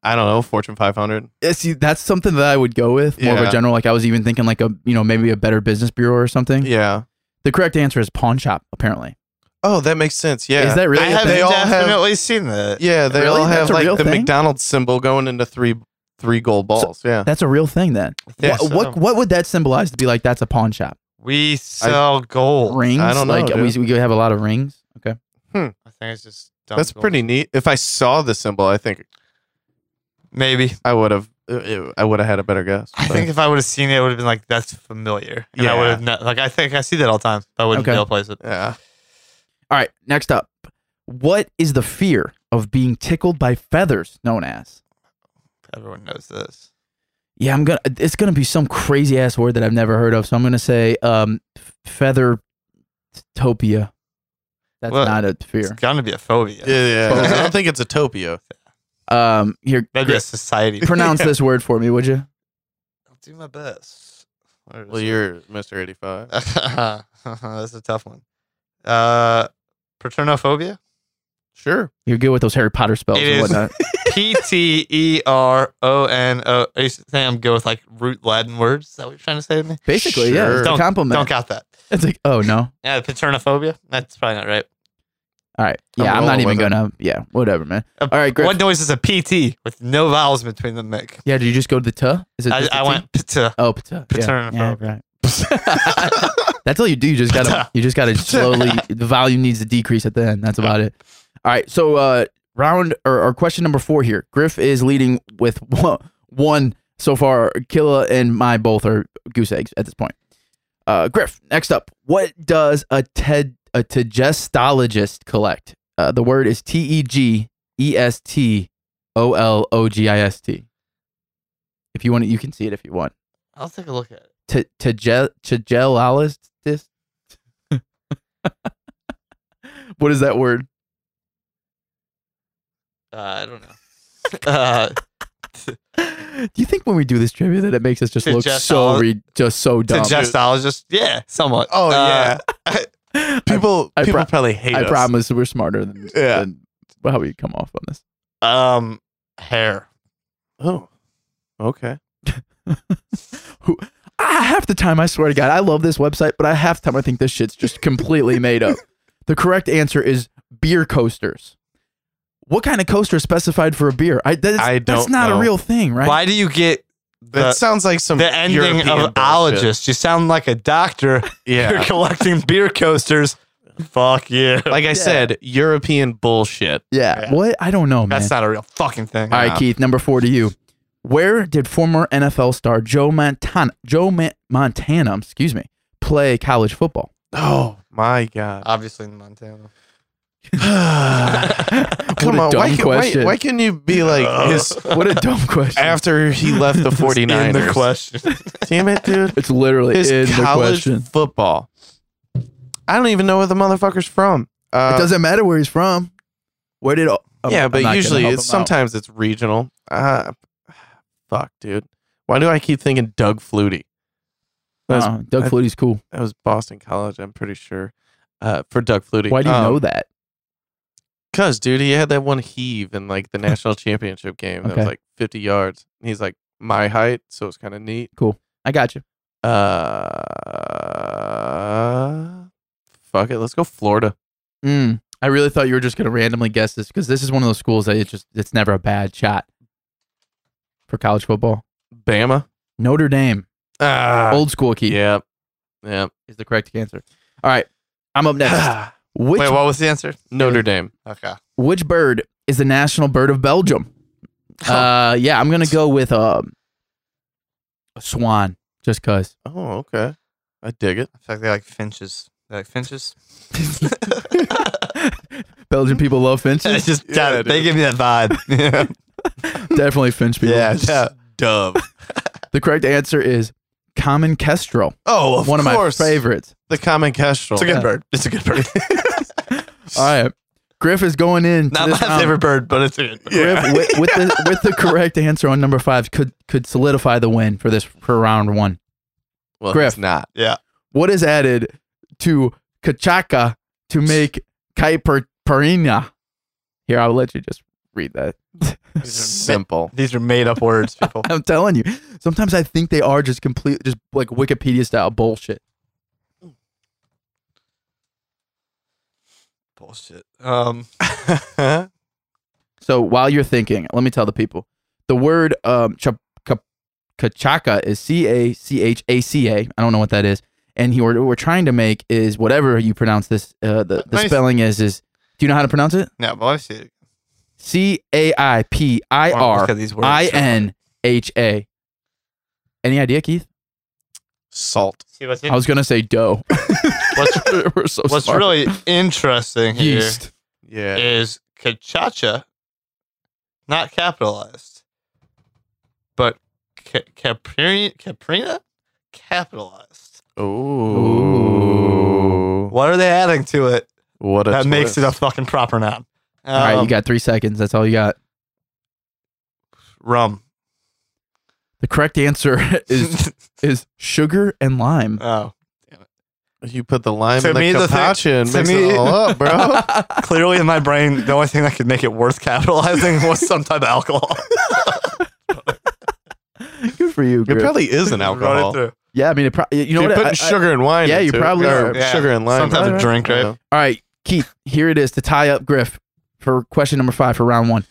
Speaker 1: I don't know. Fortune 500.
Speaker 2: Yeah, see, that's something that I would go with more of a
Speaker 1: Yeah.
Speaker 2: general. Like I was even thinking like a you know maybe a better business bureau or something.
Speaker 1: Yeah.
Speaker 2: The correct answer is pawn shop. Apparently,
Speaker 1: Oh, that makes sense. Yeah.
Speaker 2: is that really?
Speaker 3: I
Speaker 2: a
Speaker 3: have
Speaker 2: thing?
Speaker 1: they all have-
Speaker 3: definitely seen that.
Speaker 1: yeah. They
Speaker 2: Really?
Speaker 1: all
Speaker 2: That's
Speaker 1: have
Speaker 2: a
Speaker 1: like
Speaker 2: real
Speaker 1: the
Speaker 2: thing?
Speaker 1: McDonald's symbol going into three three gold balls. yeah.
Speaker 2: that's a real thing. Then
Speaker 1: Yeah,
Speaker 2: what, what what would that symbolize to be like? That's a pawn shop.
Speaker 3: we sell gold.
Speaker 2: Rings.
Speaker 1: I don't know,
Speaker 2: Like we
Speaker 1: dude.
Speaker 2: we have a lot of rings. Okay.
Speaker 3: I think it's just dumb
Speaker 1: That's
Speaker 3: gold.
Speaker 1: pretty neat. If I saw the symbol, I think
Speaker 3: Maybe
Speaker 1: I would have. uh, I would have had a better guess.
Speaker 3: I
Speaker 1: but-
Speaker 3: think if I would have seen it, it would have been like that's familiar. And I
Speaker 1: Yeah.
Speaker 3: would have not, like I think I see that all the time. But I wouldn't
Speaker 2: Okay.
Speaker 3: be able to place it.
Speaker 1: Yeah.
Speaker 2: All right. Next up, what is the fear of being tickled by feathers known as?
Speaker 3: Everyone knows this.
Speaker 2: Yeah, I'm gonna. It's gonna be some crazy ass word that I've never heard of. So I'm gonna say um, feather topia. That's
Speaker 3: Well,
Speaker 2: not a
Speaker 3: It's
Speaker 2: fear.
Speaker 3: gonna be a phobia.
Speaker 1: Yeah, yeah. <laughs> I don't think it's a topia.
Speaker 2: Um, here,
Speaker 3: That'd <laughs> be a society.
Speaker 2: pronounce this word for me, would you?
Speaker 3: I'll do my best. Where is
Speaker 1: Well,
Speaker 3: it? <laughs>
Speaker 1: you're Mr. 85.
Speaker 3: that's a tough one. Uh, paternophobia.
Speaker 1: Sure.
Speaker 2: You're good with those Harry Potter spells
Speaker 3: It
Speaker 2: and
Speaker 3: is. <laughs>
Speaker 2: whatnot.
Speaker 3: P T E R O N O. Are you saying I'm good with like root Latin words? Is that what you're trying to say to me?
Speaker 2: Basically, yeah,
Speaker 1: Sure.
Speaker 2: it's a
Speaker 3: Don't-
Speaker 2: compliment.
Speaker 3: Don't count that.
Speaker 2: it's like, oh no.
Speaker 3: Yeah, paternophobia. That's probably not right.
Speaker 2: All right.
Speaker 1: I'm
Speaker 2: Yeah, I'm, not
Speaker 1: rolling
Speaker 2: even
Speaker 1: with it.
Speaker 2: gonna. Yeah, whatever, man.
Speaker 3: A-
Speaker 2: All right, Griff.
Speaker 3: Uh, What noise is a PT with no vowels between them make?
Speaker 2: Yeah, do you just go to the tuh? Is it?
Speaker 3: I,
Speaker 2: just the
Speaker 3: I
Speaker 2: T?
Speaker 3: went pta.
Speaker 2: Oh, pata. Yeah.
Speaker 3: Paternal.
Speaker 2: yeah, right. That's all you do. You just gotta.
Speaker 3: Pata.
Speaker 2: You just gotta slowly. the volume needs to decrease at the end. That's about it. All right. So uh, round or, or question number four here. Griff is leading with one, one so far. Killa and my both are goose eggs at this point. Uh, Griff. Next up, what does a TED a tegestologist collect? Uh, the word is T E G E S T O L O G I S T. If you want it, you can see it if you want
Speaker 3: I'll take a look at it.
Speaker 2: to to gel to gel Alice
Speaker 1: <laughs>
Speaker 2: this what is that word
Speaker 3: Uh, I don't know. <laughs> uh,
Speaker 2: do you think when we do this trivia that it makes us just look so
Speaker 3: Tegestolo-
Speaker 2: re- just so dumb
Speaker 3: digestologist. Yeah, somewhat.
Speaker 1: Oh,
Speaker 3: Uh,
Speaker 1: yeah. people
Speaker 2: I
Speaker 1: people
Speaker 2: pro-
Speaker 1: probably hate
Speaker 2: i
Speaker 1: us.
Speaker 2: promise we're smarter than,
Speaker 1: Yeah.
Speaker 2: than how we come off on this
Speaker 3: Um, hair.
Speaker 1: Oh, okay.
Speaker 2: I, half the time i swear to god i love this website but i half the time i think this shit's just completely
Speaker 1: <laughs>
Speaker 2: made up the correct answer is beer coasters what kind of coaster is specified for a beer i, that's,
Speaker 1: I
Speaker 2: that's
Speaker 1: don't
Speaker 2: not a
Speaker 1: know.
Speaker 2: real thing right
Speaker 3: Why do you get
Speaker 1: That
Speaker 3: the,
Speaker 1: sounds like some
Speaker 3: the ending
Speaker 1: European
Speaker 3: of
Speaker 1: bullshit.
Speaker 3: ologist? You sound like a doctor.
Speaker 1: <laughs>
Speaker 3: <laughs> You're
Speaker 1: Yeah.
Speaker 3: collecting beer coasters. Fuck you.
Speaker 1: like I said, European bullshit.
Speaker 2: yeah.
Speaker 3: Yeah.
Speaker 2: what i don't know man
Speaker 3: That's not a real fucking thing.
Speaker 2: All right,
Speaker 1: Yeah.
Speaker 2: Keith, number four to you. Where did former NFL star Joe Montana, Joe Ma- Montana, excuse me, play college football? <laughs>
Speaker 1: Oh my god.
Speaker 3: Obviously in Montana.
Speaker 1: <sighs> Come
Speaker 2: a
Speaker 1: on.
Speaker 2: dumb
Speaker 1: Why, can, why,
Speaker 2: question.
Speaker 1: why can you be like his
Speaker 2: What a dumb question!
Speaker 1: after he left
Speaker 3: <laughs>
Speaker 1: the 49ers?
Speaker 3: Uh, In the question.
Speaker 1: <laughs> Damn it,
Speaker 2: <laughs>
Speaker 1: dude.
Speaker 2: it's literally
Speaker 1: His
Speaker 2: in the
Speaker 1: college
Speaker 2: question.
Speaker 1: football. I don't even know where the motherfucker's from. Uh,
Speaker 2: it doesn't matter where he's from. Where did? all- I'm-
Speaker 1: yeah,
Speaker 2: I'm not
Speaker 1: but
Speaker 2: gonna
Speaker 1: usually
Speaker 2: help
Speaker 1: it's
Speaker 2: him out.
Speaker 1: sometimes it's regional. Uh, <sighs> fuck, dude. Why do I keep thinking Doug Flutie? That was,
Speaker 2: Uh, Doug
Speaker 1: I-
Speaker 2: Flutie's cool.
Speaker 1: that was Boston College, I'm pretty sure. Uh, for Doug Flutie.
Speaker 2: Why do you know that?
Speaker 3: <laughs>
Speaker 1: Cause, dude, he had that one heave in like the national championship game. That
Speaker 2: Okay.
Speaker 1: was like 50 yards. And he's like, my height, so it's kind of neat.
Speaker 2: I got you.
Speaker 1: Uh, fuck it, let's go Florida.
Speaker 2: Mm. I really thought you were just gonna randomly guess this because this is one of those schools that it just it's never a bad shot for college football.
Speaker 1: Bama.
Speaker 2: Notre Dame,
Speaker 1: Ah,
Speaker 2: old school key
Speaker 1: yeah, yeah.
Speaker 2: is the correct answer. All right, I'm up next. <sighs> Which
Speaker 3: <sighs> Wait, what was the answer?
Speaker 1: Notre Dame.
Speaker 3: Okay.
Speaker 2: which bird is the national bird of Belgium? Uh, yeah, I'm gonna go with um, a swan, just cause.
Speaker 1: Oh, okay. I dig it.
Speaker 3: I feel like they like finches. They like finches.
Speaker 2: Belgian people love finches.
Speaker 3: <laughs> just
Speaker 1: Yeah,
Speaker 3: got it. They
Speaker 1: dude.
Speaker 3: give me that vibe. <laughs>
Speaker 2: Definitely finch people.
Speaker 3: yeah,
Speaker 1: Just
Speaker 3: yeah.
Speaker 1: Dove.
Speaker 2: The correct answer is common kestrel.
Speaker 1: Oh, of
Speaker 2: one of
Speaker 1: course.
Speaker 2: my favorites.
Speaker 1: The common kestrel.
Speaker 2: Yeah.
Speaker 3: bird. It's a good bird. <laughs>
Speaker 2: All right, Griff is going in. to
Speaker 3: Not my
Speaker 2: this um, round.
Speaker 3: favorite bird, but it's a good bird.
Speaker 2: Griff with, with the with the
Speaker 3: <laughs>
Speaker 2: correct answer on number five could could solidify the win for this for round one.
Speaker 1: Well,
Speaker 2: Griff.
Speaker 1: it's not.
Speaker 2: What is added to cachaca to make caipirinha? Here, I'll let you just read that. <laughs>
Speaker 3: <laughs>
Speaker 1: Simple.
Speaker 3: These are made up words, <laughs> people.
Speaker 2: I'm telling you. Sometimes I think they are just complete, just like Wikipedia style bullshit.
Speaker 3: Bullshit. Um,
Speaker 2: So while you're thinking, let me tell the people the word um, cha- ca- cachaca is C A C H A C A. I don't know what that is. And he, what we're trying to make is whatever you pronounce this, uh, the, the
Speaker 3: Nice.
Speaker 2: spelling is, is do you know how to pronounce it?
Speaker 3: <laughs> no, but let me see. it.
Speaker 2: C A I P I
Speaker 3: Look at
Speaker 2: R
Speaker 3: these words.
Speaker 2: I N H A. Any idea, Keith?
Speaker 1: Salt.
Speaker 3: See what's,
Speaker 2: I was going to say dough.
Speaker 1: <laughs>
Speaker 3: <laughs>
Speaker 2: <laughs>
Speaker 3: what's,
Speaker 2: we're so <laughs>
Speaker 3: what's
Speaker 2: smart.
Speaker 3: really interesting here is
Speaker 2: yeast.
Speaker 1: Yeah.
Speaker 3: cachacha, not capitalized, but ca- capri- caprina capitalized.
Speaker 1: Ooh.
Speaker 3: What are they adding to it
Speaker 1: What a
Speaker 3: that makes it a
Speaker 1: twist.
Speaker 3: fucking proper noun? Um,
Speaker 2: All right, you got three seconds. That's all you got.
Speaker 3: rum.
Speaker 2: The correct answer <laughs>
Speaker 1: <laughs>
Speaker 2: is is sugar and lime.
Speaker 3: <laughs> oh,
Speaker 1: You put the lime
Speaker 3: To
Speaker 1: in the
Speaker 3: me, the thing-
Speaker 1: kapacha and
Speaker 3: to
Speaker 1: mix
Speaker 3: me-
Speaker 1: it all up,
Speaker 3: <laughs>
Speaker 1: bro.
Speaker 3: clearly in my brain, the only thing that could make it worth capitalizing was some type
Speaker 2: <laughs>
Speaker 3: of alcohol.
Speaker 2: Good for you.
Speaker 1: it
Speaker 2: Griff.
Speaker 1: probably is an
Speaker 3: Run it
Speaker 1: alcohol.
Speaker 3: through.
Speaker 2: yeah, I mean, it pro- you know
Speaker 1: You're
Speaker 2: what?
Speaker 1: putting
Speaker 2: I- I-
Speaker 1: sugar and wine.
Speaker 2: Yeah, you
Speaker 1: into it,
Speaker 2: probably
Speaker 1: or
Speaker 2: are.
Speaker 3: Yeah.
Speaker 1: Sugar and lime. Uh-huh.
Speaker 3: Some type
Speaker 1: Right,
Speaker 3: of drink,
Speaker 1: I
Speaker 3: right?
Speaker 1: know.
Speaker 2: all right, Keith. Here it is to tie up Griff for question number five for round one.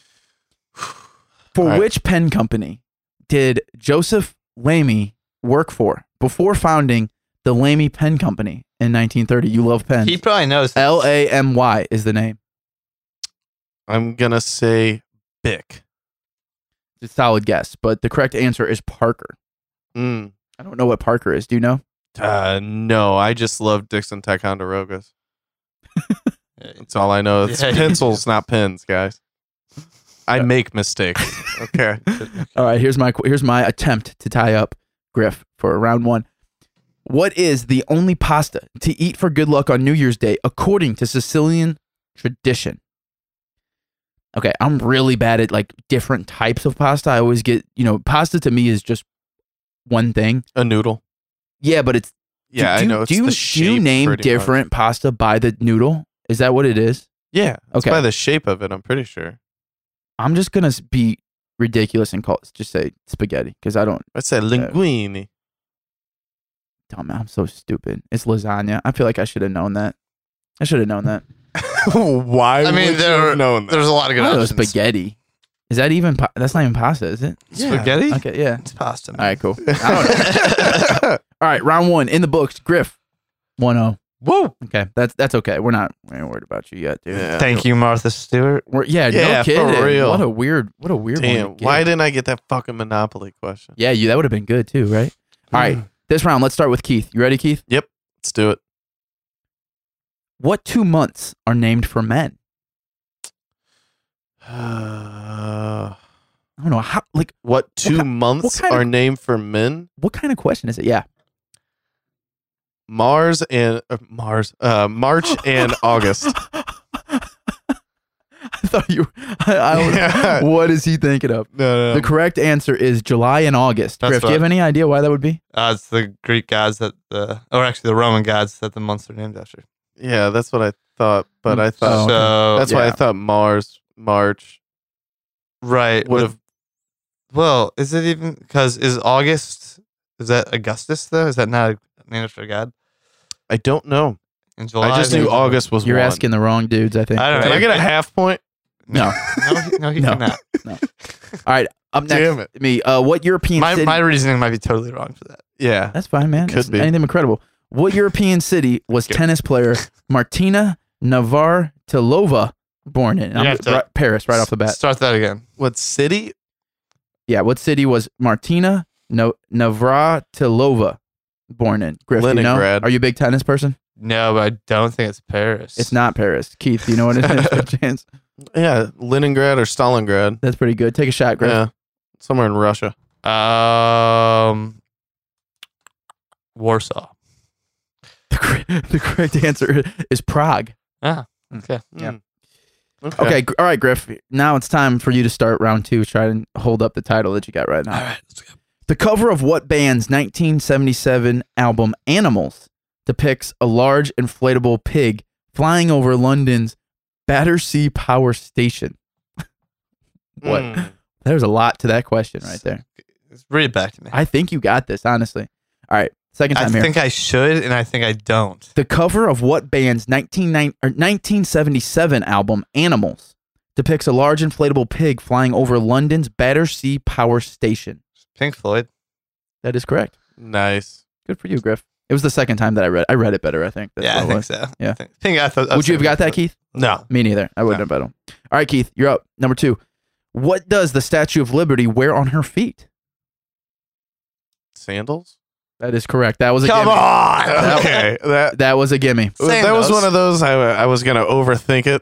Speaker 2: For
Speaker 1: All right.
Speaker 2: which pen company did Joseph Lamy work for before founding the Lamy Pen Company in 1930? You love pens.
Speaker 3: He probably knows. this.
Speaker 2: L A M Y is the name.
Speaker 1: I'm gonna say Bic.
Speaker 2: It's a solid guess, but the correct answer is Parker.
Speaker 1: Mm.
Speaker 2: I don't know what Parker is. Do
Speaker 1: <laughs>
Speaker 2: you know?
Speaker 1: Uh, no, I just love Dixon Ticonderogas. That's all I know. It's
Speaker 3: Yeah, <laughs> you-
Speaker 1: pencils, not pens, guys. I make
Speaker 2: <laughs>
Speaker 1: mistakes. Okay.
Speaker 2: All right, here's my qu- here's my attempt to tie up Griff for round one. What is the only pasta to eat for good luck on New Year's Day according to Sicilian tradition? Okay, I'm really bad at like different types of pasta. I always get, you know, pasta to me is just one thing.
Speaker 1: A noodle.
Speaker 2: Yeah, but it's do-
Speaker 1: Yeah,
Speaker 2: do,
Speaker 1: I know. It's
Speaker 2: do, you-
Speaker 1: the
Speaker 2: do you
Speaker 1: shape
Speaker 2: name
Speaker 1: pretty much.
Speaker 2: different pasta by the noodle? Is that what it is?
Speaker 1: Yeah. It's
Speaker 2: Okay.
Speaker 1: by the shape of it, I'm pretty sure.
Speaker 2: I'm just gonna s- be ridiculous and call just say spaghetti because I don't
Speaker 1: I'd say
Speaker 2: <laughs>
Speaker 1: linguine.
Speaker 2: dumb. oh I'm so stupid. It's lasagna. I feel like I should have known that. I should have known that.
Speaker 1: Why
Speaker 3: I mean,
Speaker 1: would you
Speaker 3: there-
Speaker 1: have known that?
Speaker 3: There's a lot of good
Speaker 2: Oh,
Speaker 3: options.
Speaker 2: spaghetti. Is that even? Pa- that's not even pasta, is it?
Speaker 1: Yeah.
Speaker 3: Spaghetti?
Speaker 2: <laughs> Okay, yeah.
Speaker 3: It's pasta.
Speaker 2: All
Speaker 3: man.
Speaker 1: <laughs>
Speaker 2: right, cool. I don't know.
Speaker 3: <laughs>
Speaker 2: All right, round one in the books. Griff, one zero.
Speaker 3: Whoa.
Speaker 2: Okay, that's that's okay. We're not we ain't worried about you yet, dude.
Speaker 1: Yeah.
Speaker 3: Thank you, Martha Stewart.
Speaker 2: We're, yeah,
Speaker 1: Yeah,
Speaker 2: no
Speaker 1: for
Speaker 2: kidding.
Speaker 1: real.
Speaker 2: What a weird, what a weird one.
Speaker 1: Damn.
Speaker 2: to get.
Speaker 1: Why didn't I get that fucking Monopoly question? Mm.
Speaker 2: yeah, you that would have been good too, right? All right, this round. Let's start with Keith. You ready, Keith?
Speaker 1: Let's do it.
Speaker 2: What two months are named for men?
Speaker 1: <sighs>
Speaker 2: I don't know how. Like,
Speaker 1: what two
Speaker 2: ki-
Speaker 1: months
Speaker 2: kind of-
Speaker 1: are named for men?
Speaker 2: what kind of question is it? Yeah. <laughs>
Speaker 1: Mars and uh, Mars, uh, March and August.
Speaker 2: I thought you. I, I was,
Speaker 1: Yeah.
Speaker 2: <laughs>
Speaker 1: Um,
Speaker 2: What is he thinking of?
Speaker 1: No, no,
Speaker 2: The correct answer is July and August.
Speaker 3: That's
Speaker 2: Griff, do
Speaker 3: what-
Speaker 2: you have any idea why that would be?
Speaker 3: Uh, it's the Greek gods that the, or actually the Roman gods that the months are named after.
Speaker 1: Yeah, that's what I thought, but I
Speaker 2: Oh,
Speaker 1: thought
Speaker 2: okay.
Speaker 3: so
Speaker 1: that's why I
Speaker 2: yeah.
Speaker 1: thought Mars March
Speaker 3: right
Speaker 1: would have
Speaker 3: Well, is it even because is August? Is that Augustus though? Is that not a name after a god?
Speaker 1: I don't know.
Speaker 3: In July,
Speaker 1: I just
Speaker 3: there's-
Speaker 1: knew August was
Speaker 2: You're
Speaker 1: one.
Speaker 2: asking the wrong dudes, I think.
Speaker 3: I don't
Speaker 1: Can
Speaker 3: know.
Speaker 1: I get a half point?
Speaker 2: No.
Speaker 3: <laughs> no, he- no,
Speaker 2: <laughs>
Speaker 3: he
Speaker 2: No.
Speaker 3: cannot.
Speaker 2: Up next,
Speaker 1: Damn it.
Speaker 2: me. Uh, what European
Speaker 3: My
Speaker 2: city?
Speaker 3: my reasoning might be totally wrong for that.
Speaker 1: Yeah.
Speaker 2: That's fine, man.
Speaker 1: Could
Speaker 2: It's
Speaker 1: be.
Speaker 2: anything incredible. What European city was
Speaker 3: Okay.
Speaker 2: tennis player Martina Navratilova born in? I'm-
Speaker 3: have to-
Speaker 2: right- Paris, right off the bat.
Speaker 3: Start that again.
Speaker 1: What city?
Speaker 2: Yeah. What city was Martina no- Navratilova born in? Griff, do you know?
Speaker 1: Leningrad.
Speaker 2: Are you a big tennis person?
Speaker 3: No, but I don't think it's Paris.
Speaker 2: It's not Paris. Keith, do you know what it is? by
Speaker 3: <laughs>
Speaker 2: chance?
Speaker 1: Yeah, Leningrad or Stalingrad.
Speaker 2: That's pretty good. Take a shot, Griff.
Speaker 1: Yeah, somewhere in Russia.
Speaker 3: Um, Warsaw.
Speaker 2: <laughs> The, cor- the correct answer is Prague.
Speaker 3: Ah, okay.
Speaker 2: Yeah.
Speaker 1: Hmm. Okay.
Speaker 2: Okay. gr- All right, Griff. Now it's time for you to start round two. Try and hold up the title that you got right now.
Speaker 3: right. Let's go.
Speaker 2: The cover of what band's 1977 album Animals depicts a large inflatable pig flying over London's Battersea Power Station? <laughs> What?
Speaker 3: Mm.
Speaker 1: Hmm.
Speaker 2: There's a lot to that question right there.
Speaker 3: Read it back to me.
Speaker 2: I think you got this, honestly. All right, second
Speaker 3: I
Speaker 2: time here.
Speaker 3: think I should, and I think I don't.
Speaker 2: The cover of what band's 1990 or 1977 album Animals depicts a large inflatable pig flying over London's Battersea Power Station?
Speaker 3: Pink Floyd.
Speaker 2: That is correct.
Speaker 1: Nice.
Speaker 2: Good for you, Griff. It was the second time that I read. I read it better, I think. That's
Speaker 3: yeah,
Speaker 2: what
Speaker 3: I
Speaker 2: it
Speaker 3: think
Speaker 2: was.
Speaker 3: so.
Speaker 2: Yeah.
Speaker 3: I think, think I thought, I
Speaker 2: Would you have got that, Keith?
Speaker 1: No.
Speaker 2: Me neither. I wouldn't have bet him. All right, Keith, you're up. Number two. What does the Statue of Liberty wear on her feet?
Speaker 1: Sandals?
Speaker 2: That is correct. That was a
Speaker 3: Come
Speaker 2: gimme.
Speaker 3: <laughs> on.
Speaker 1: Okay. That
Speaker 2: That was a gimme.
Speaker 1: that was
Speaker 3: Sandals.
Speaker 1: one of those I, I was going to overthink it.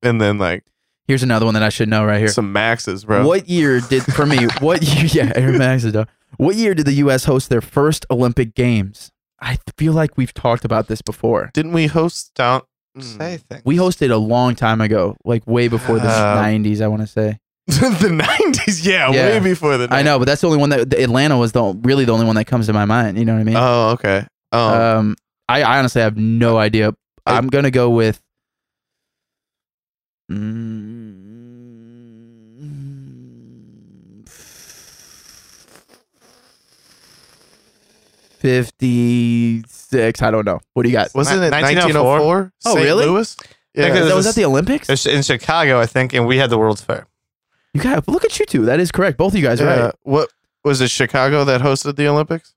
Speaker 1: And then, like,
Speaker 2: Here's another one that I should know right here.
Speaker 1: some maxes, bro.
Speaker 2: What year did
Speaker 1: <laughs>
Speaker 2: for me? What year? Yeah, Air Max is done. What year did the U.S. host their first Olympic Games? I feel like we've talked about this before.
Speaker 1: Didn't we host?
Speaker 3: Don't
Speaker 1: Mm.
Speaker 3: say things.
Speaker 2: We hosted a long time ago, like way before the
Speaker 1: Uh,
Speaker 2: '90s. I want to say.
Speaker 1: <laughs> the 90s? Yeah,
Speaker 2: Yeah.
Speaker 1: way before the 90s.
Speaker 2: I know, but that's the only one that the Atlanta was the really the only one that comes to my mind. You know what I mean?
Speaker 1: Oh, okay. Um,
Speaker 2: Um, I, I honestly have no idea.
Speaker 1: I-
Speaker 2: I'm gonna go with. Mm, Fifty-six. I don't know. What do you got?
Speaker 1: wasn't it
Speaker 3: 1904?
Speaker 1: 1904?
Speaker 2: Oh,
Speaker 1: St.
Speaker 2: really?
Speaker 1: Louis?
Speaker 3: Yeah,
Speaker 2: Was
Speaker 1: Yeah.
Speaker 2: that, was
Speaker 3: this-
Speaker 2: that the Olympics?
Speaker 3: It's in Chicago, I think, and we had the World's Fair.
Speaker 2: You got look at you two. That is correct. Both of you guys are
Speaker 1: Yeah.
Speaker 2: right.
Speaker 1: What was it? Chicago that hosted the Olympics?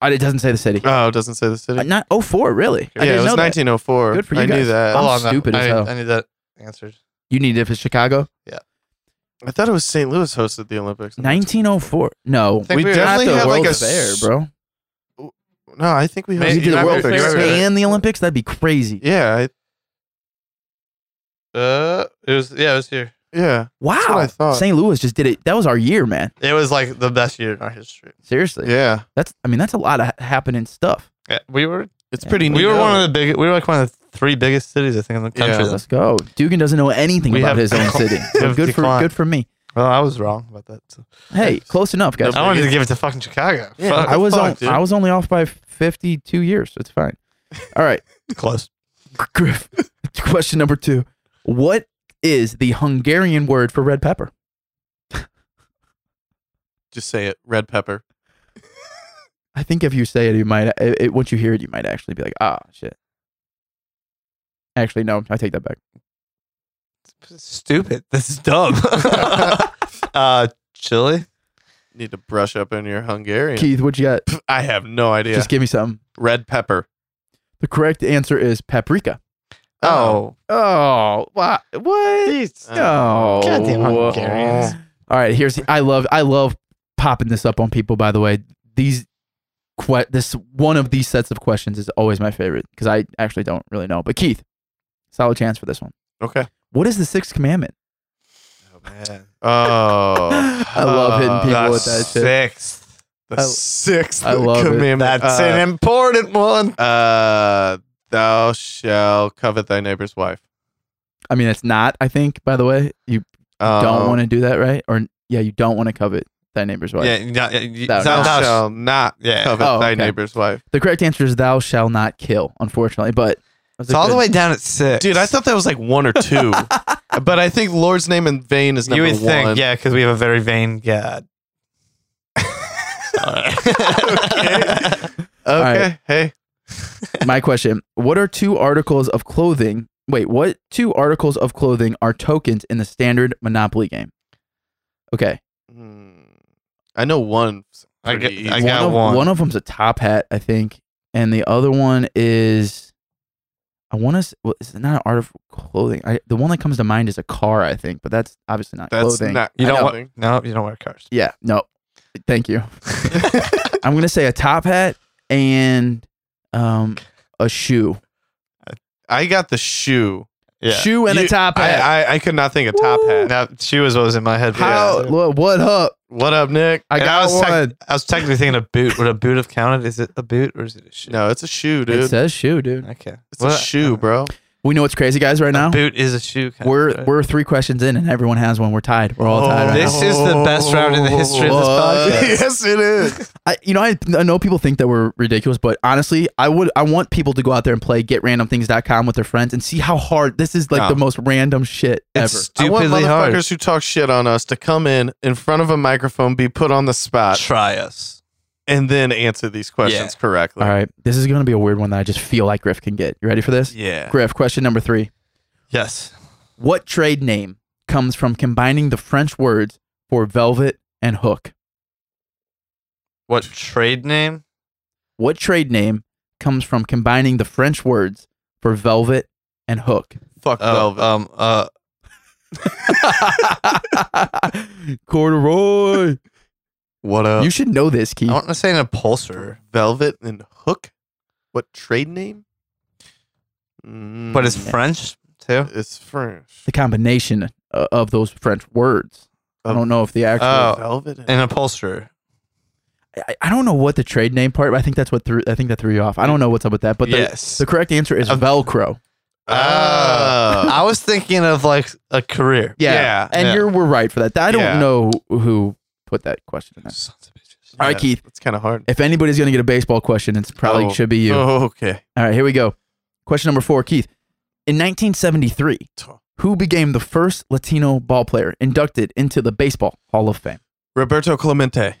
Speaker 2: I, it doesn't say the city.
Speaker 1: Oh, it doesn't say the city.
Speaker 2: Uh, Not oh four really. I
Speaker 1: yeah,
Speaker 2: didn't
Speaker 1: it was
Speaker 2: know that.
Speaker 1: 1904.
Speaker 2: Good for you
Speaker 1: I knew
Speaker 2: guys. Oh.
Speaker 1: that.
Speaker 2: I'm
Speaker 3: Hold on, though.
Speaker 2: stupid
Speaker 3: I
Speaker 2: as
Speaker 3: need,
Speaker 2: hell.
Speaker 3: I need that answered.
Speaker 2: You need it if it's Chicago.
Speaker 1: I thought it was St. Louis hosted the Olympics.
Speaker 2: 1904. No,
Speaker 3: think
Speaker 1: we
Speaker 3: we
Speaker 2: not
Speaker 3: were-
Speaker 1: definitely
Speaker 2: the
Speaker 1: had like
Speaker 2: World's
Speaker 1: a
Speaker 2: Fair,
Speaker 1: s-
Speaker 2: bro.
Speaker 1: No, I think we
Speaker 3: Man,
Speaker 1: hosted
Speaker 3: you
Speaker 2: You do the
Speaker 3: might be
Speaker 2: World
Speaker 3: right.
Speaker 2: Fair
Speaker 3: You're right.
Speaker 2: and the Olympics. That'd be crazy.
Speaker 1: Yeah,
Speaker 3: Uh, it was yeah, it was here.
Speaker 1: I, yeah, what I
Speaker 2: Wow.
Speaker 1: thought.
Speaker 2: St. Louis just did it. That was our year, man.
Speaker 3: It was like the best year in our history.
Speaker 2: Seriously.
Speaker 1: yeah.
Speaker 2: That's I mean, that's a lot of ha- happening stuff.
Speaker 3: Yeah, we were
Speaker 1: It's
Speaker 2: Yeah.
Speaker 1: pretty.
Speaker 3: we
Speaker 1: neat.
Speaker 3: were one of the big. We were like one of the three biggest cities I think in the country.
Speaker 1: Yeah.
Speaker 3: then.
Speaker 2: Let's go. Dugan doesn't know anything
Speaker 3: We
Speaker 2: about
Speaker 3: have-
Speaker 2: his own city. So
Speaker 3: have
Speaker 2: good for
Speaker 3: declined.
Speaker 2: good for me.
Speaker 3: Well, I was wrong about that. so.
Speaker 2: Hey, close enough, guys.
Speaker 3: I wanted to give it to fucking <laughs> Chicago.
Speaker 1: Yeah,
Speaker 3: Fuck.
Speaker 2: I was
Speaker 1: fuck,
Speaker 2: on,
Speaker 1: dude.
Speaker 3: <laughs>
Speaker 2: I was only off by 52 years. It's fine. All right.
Speaker 3: close.
Speaker 2: Griff. Question number 2. What is the Hungarian word for red pepper?
Speaker 1: Just say it. Red pepper.
Speaker 2: I think if you say it, you might. It, it- once you hear it, you might actually be like, "Ah, shit." Actually, no, I take that back.
Speaker 3: Stupid. This is dumb. <laughs> uh, Chile.
Speaker 1: Need to brush up on your Hungarian.
Speaker 2: Keith, what you got?
Speaker 1: Pff, I have no idea.
Speaker 2: Just give me some.
Speaker 1: red pepper.
Speaker 2: The correct answer is paprika.
Speaker 3: Oh,
Speaker 2: Oh, what? What?
Speaker 3: Jeez.
Speaker 2: No.
Speaker 3: Goddamn
Speaker 2: Oh.
Speaker 3: Hungarians.
Speaker 2: All right, here's. I love. I love popping this up on people. By the way, these. Que- this one of these sets of questions is always my favorite because I actually don't really know. But Keith, solid chance for this one.
Speaker 1: Okay.
Speaker 2: What is the sixth commandment?
Speaker 3: Oh, man.
Speaker 1: Oh,
Speaker 2: <laughs> I love hitting people
Speaker 1: Uh,
Speaker 2: with that shit.
Speaker 3: Sixth.
Speaker 1: The
Speaker 2: I-
Speaker 1: sixth
Speaker 2: I love it.
Speaker 1: commandment.
Speaker 3: That's
Speaker 1: uh,
Speaker 3: an important one.
Speaker 1: uh, thou shall covet thy neighbor's wife.
Speaker 2: I mean, it's not. I think. By the way, you
Speaker 1: Um,
Speaker 2: don't want to do that, right? Or yeah, you don't want to covet thy neighbor's wife.
Speaker 3: Yeah, yeah, yeah, you-
Speaker 1: Thou
Speaker 2: No,
Speaker 1: Eh.
Speaker 3: thou- thou-
Speaker 1: shall not
Speaker 3: yeah.
Speaker 1: covet
Speaker 2: Oh,
Speaker 1: thy
Speaker 2: okay.
Speaker 1: neighbor's wife.
Speaker 2: The correct answer is thou shall not kill, unfortunately. But
Speaker 3: It's all the way down at
Speaker 1: <laughs>
Speaker 3: six.
Speaker 1: Dude, I thought that was like one or two. but I think Lord's name in vain is
Speaker 3: you
Speaker 1: number
Speaker 3: would
Speaker 1: one.
Speaker 3: think, yeah, because we have a very vain God. Sorry. <laughs>
Speaker 1: Okay.
Speaker 2: right.
Speaker 1: Hey.
Speaker 2: My question What are two articles of clothing? Wait, what two articles of clothing are tokens in the standard Monopoly game? Okay.
Speaker 1: Hmm. I know one.
Speaker 3: I
Speaker 1: pretty
Speaker 3: get-
Speaker 1: easy.
Speaker 3: I got
Speaker 2: of,
Speaker 3: one.
Speaker 2: of them's a top hat, I think. And the other one is. I want to. Well, it's not an article of clothing. I, the one that comes to mind is a car, I think, but that's obviously not
Speaker 1: That's
Speaker 2: clothing.
Speaker 1: not.
Speaker 3: You
Speaker 1: I
Speaker 3: don't
Speaker 1: know.
Speaker 3: want, no, you don't wear cars.
Speaker 2: yeah. No. Thank
Speaker 3: <laughs>
Speaker 2: you. I'm gonna say a top hat and um a shoe,
Speaker 1: I got the shoe.
Speaker 3: yeah.
Speaker 2: shoe and a
Speaker 1: You-
Speaker 2: top
Speaker 1: I,
Speaker 2: hat.
Speaker 1: I I could not think of top hat.
Speaker 3: Now, she was what was in my head.
Speaker 2: How?
Speaker 3: Yeah.
Speaker 2: What, what up?
Speaker 1: What up, Nick?
Speaker 2: I
Speaker 3: And I
Speaker 2: got
Speaker 3: was tech-
Speaker 2: one.
Speaker 3: I was technically thinking a boot. Would a boot have counted? Is it a boot or is it a shoe?
Speaker 1: No, it's a shoe, dude.
Speaker 2: It says shoe, dude.
Speaker 3: Okay.
Speaker 1: It's a shoe, bro.
Speaker 2: We know what's crazy, guys. Right now,
Speaker 3: Boot is a shoe. Kind
Speaker 2: we're
Speaker 3: <laughs> of, right?
Speaker 2: we're three questions in, and everyone has one. We're tied. We're all tied. Right
Speaker 3: Oh, This
Speaker 2: now.
Speaker 3: is the best round in the history of this
Speaker 2: What?
Speaker 1: <laughs>
Speaker 3: podcast.
Speaker 1: <laughs> yes, it is.
Speaker 2: I, you know, I, I know people think that we're ridiculous, but honestly, I would I want people to go out there and play GetRandomThings.com with their friends and see how hard this is. Like
Speaker 1: No.
Speaker 2: the most random shit
Speaker 3: It's
Speaker 2: ever.
Speaker 1: I want
Speaker 3: stupidly hard.
Speaker 1: motherfuckers who talk shit on us to come in in front of a microphone, be put on the spot,
Speaker 3: Try us.
Speaker 1: and then answer these questions correctly.
Speaker 2: All right, this is gonna be a weird one that I just feel like Griff can get. You ready for this?
Speaker 1: Yeah.
Speaker 2: Griff, question number three.
Speaker 3: Yes.
Speaker 2: What trade name comes from combining the French words for velvet and hook?
Speaker 3: What trade name?
Speaker 2: What trade name comes from combining the French words for velvet and hook?
Speaker 1: Fuck
Speaker 3: Oh,
Speaker 1: velvet.
Speaker 3: Um. Uh.
Speaker 2: Corduroy.
Speaker 1: what up?
Speaker 2: You should know this, Keith.
Speaker 3: Uh, I want to say an
Speaker 1: oh.
Speaker 3: upholsterer,
Speaker 1: velvet and hook. What trade name?
Speaker 3: but it's
Speaker 1: Mm,
Speaker 3: French too.
Speaker 1: it's French.
Speaker 2: The combination uh, of those French words. I don't know if the actual.
Speaker 1: uh,
Speaker 3: Oh.
Speaker 1: velvet. And,
Speaker 3: An upholsterer.
Speaker 2: I, I don't know what the trade name part. But I think that's what threw. I think that threw you off. I don't know what's up with that. But the,
Speaker 3: yes.
Speaker 2: the correct answer is
Speaker 3: Um,
Speaker 2: Velcro.
Speaker 3: Oh. I was thinking of like a career.
Speaker 2: Yeah.
Speaker 1: Yeah,
Speaker 2: and
Speaker 3: yeah.
Speaker 2: you were right for that. I don't
Speaker 1: Yeah.
Speaker 2: know who put that question. in there.
Speaker 3: Sons of bitches.
Speaker 2: All right, Keith.
Speaker 1: It's kind of hard.
Speaker 2: If anybody's going to get a baseball question, it's probably
Speaker 1: Oh.
Speaker 2: should be you.
Speaker 1: Oh, okay.
Speaker 2: All right, here we go. Question number four, Keith. In 1973, who became the first Latino ball player inducted into the Baseball Hall of Fame?
Speaker 1: Roberto Clemente.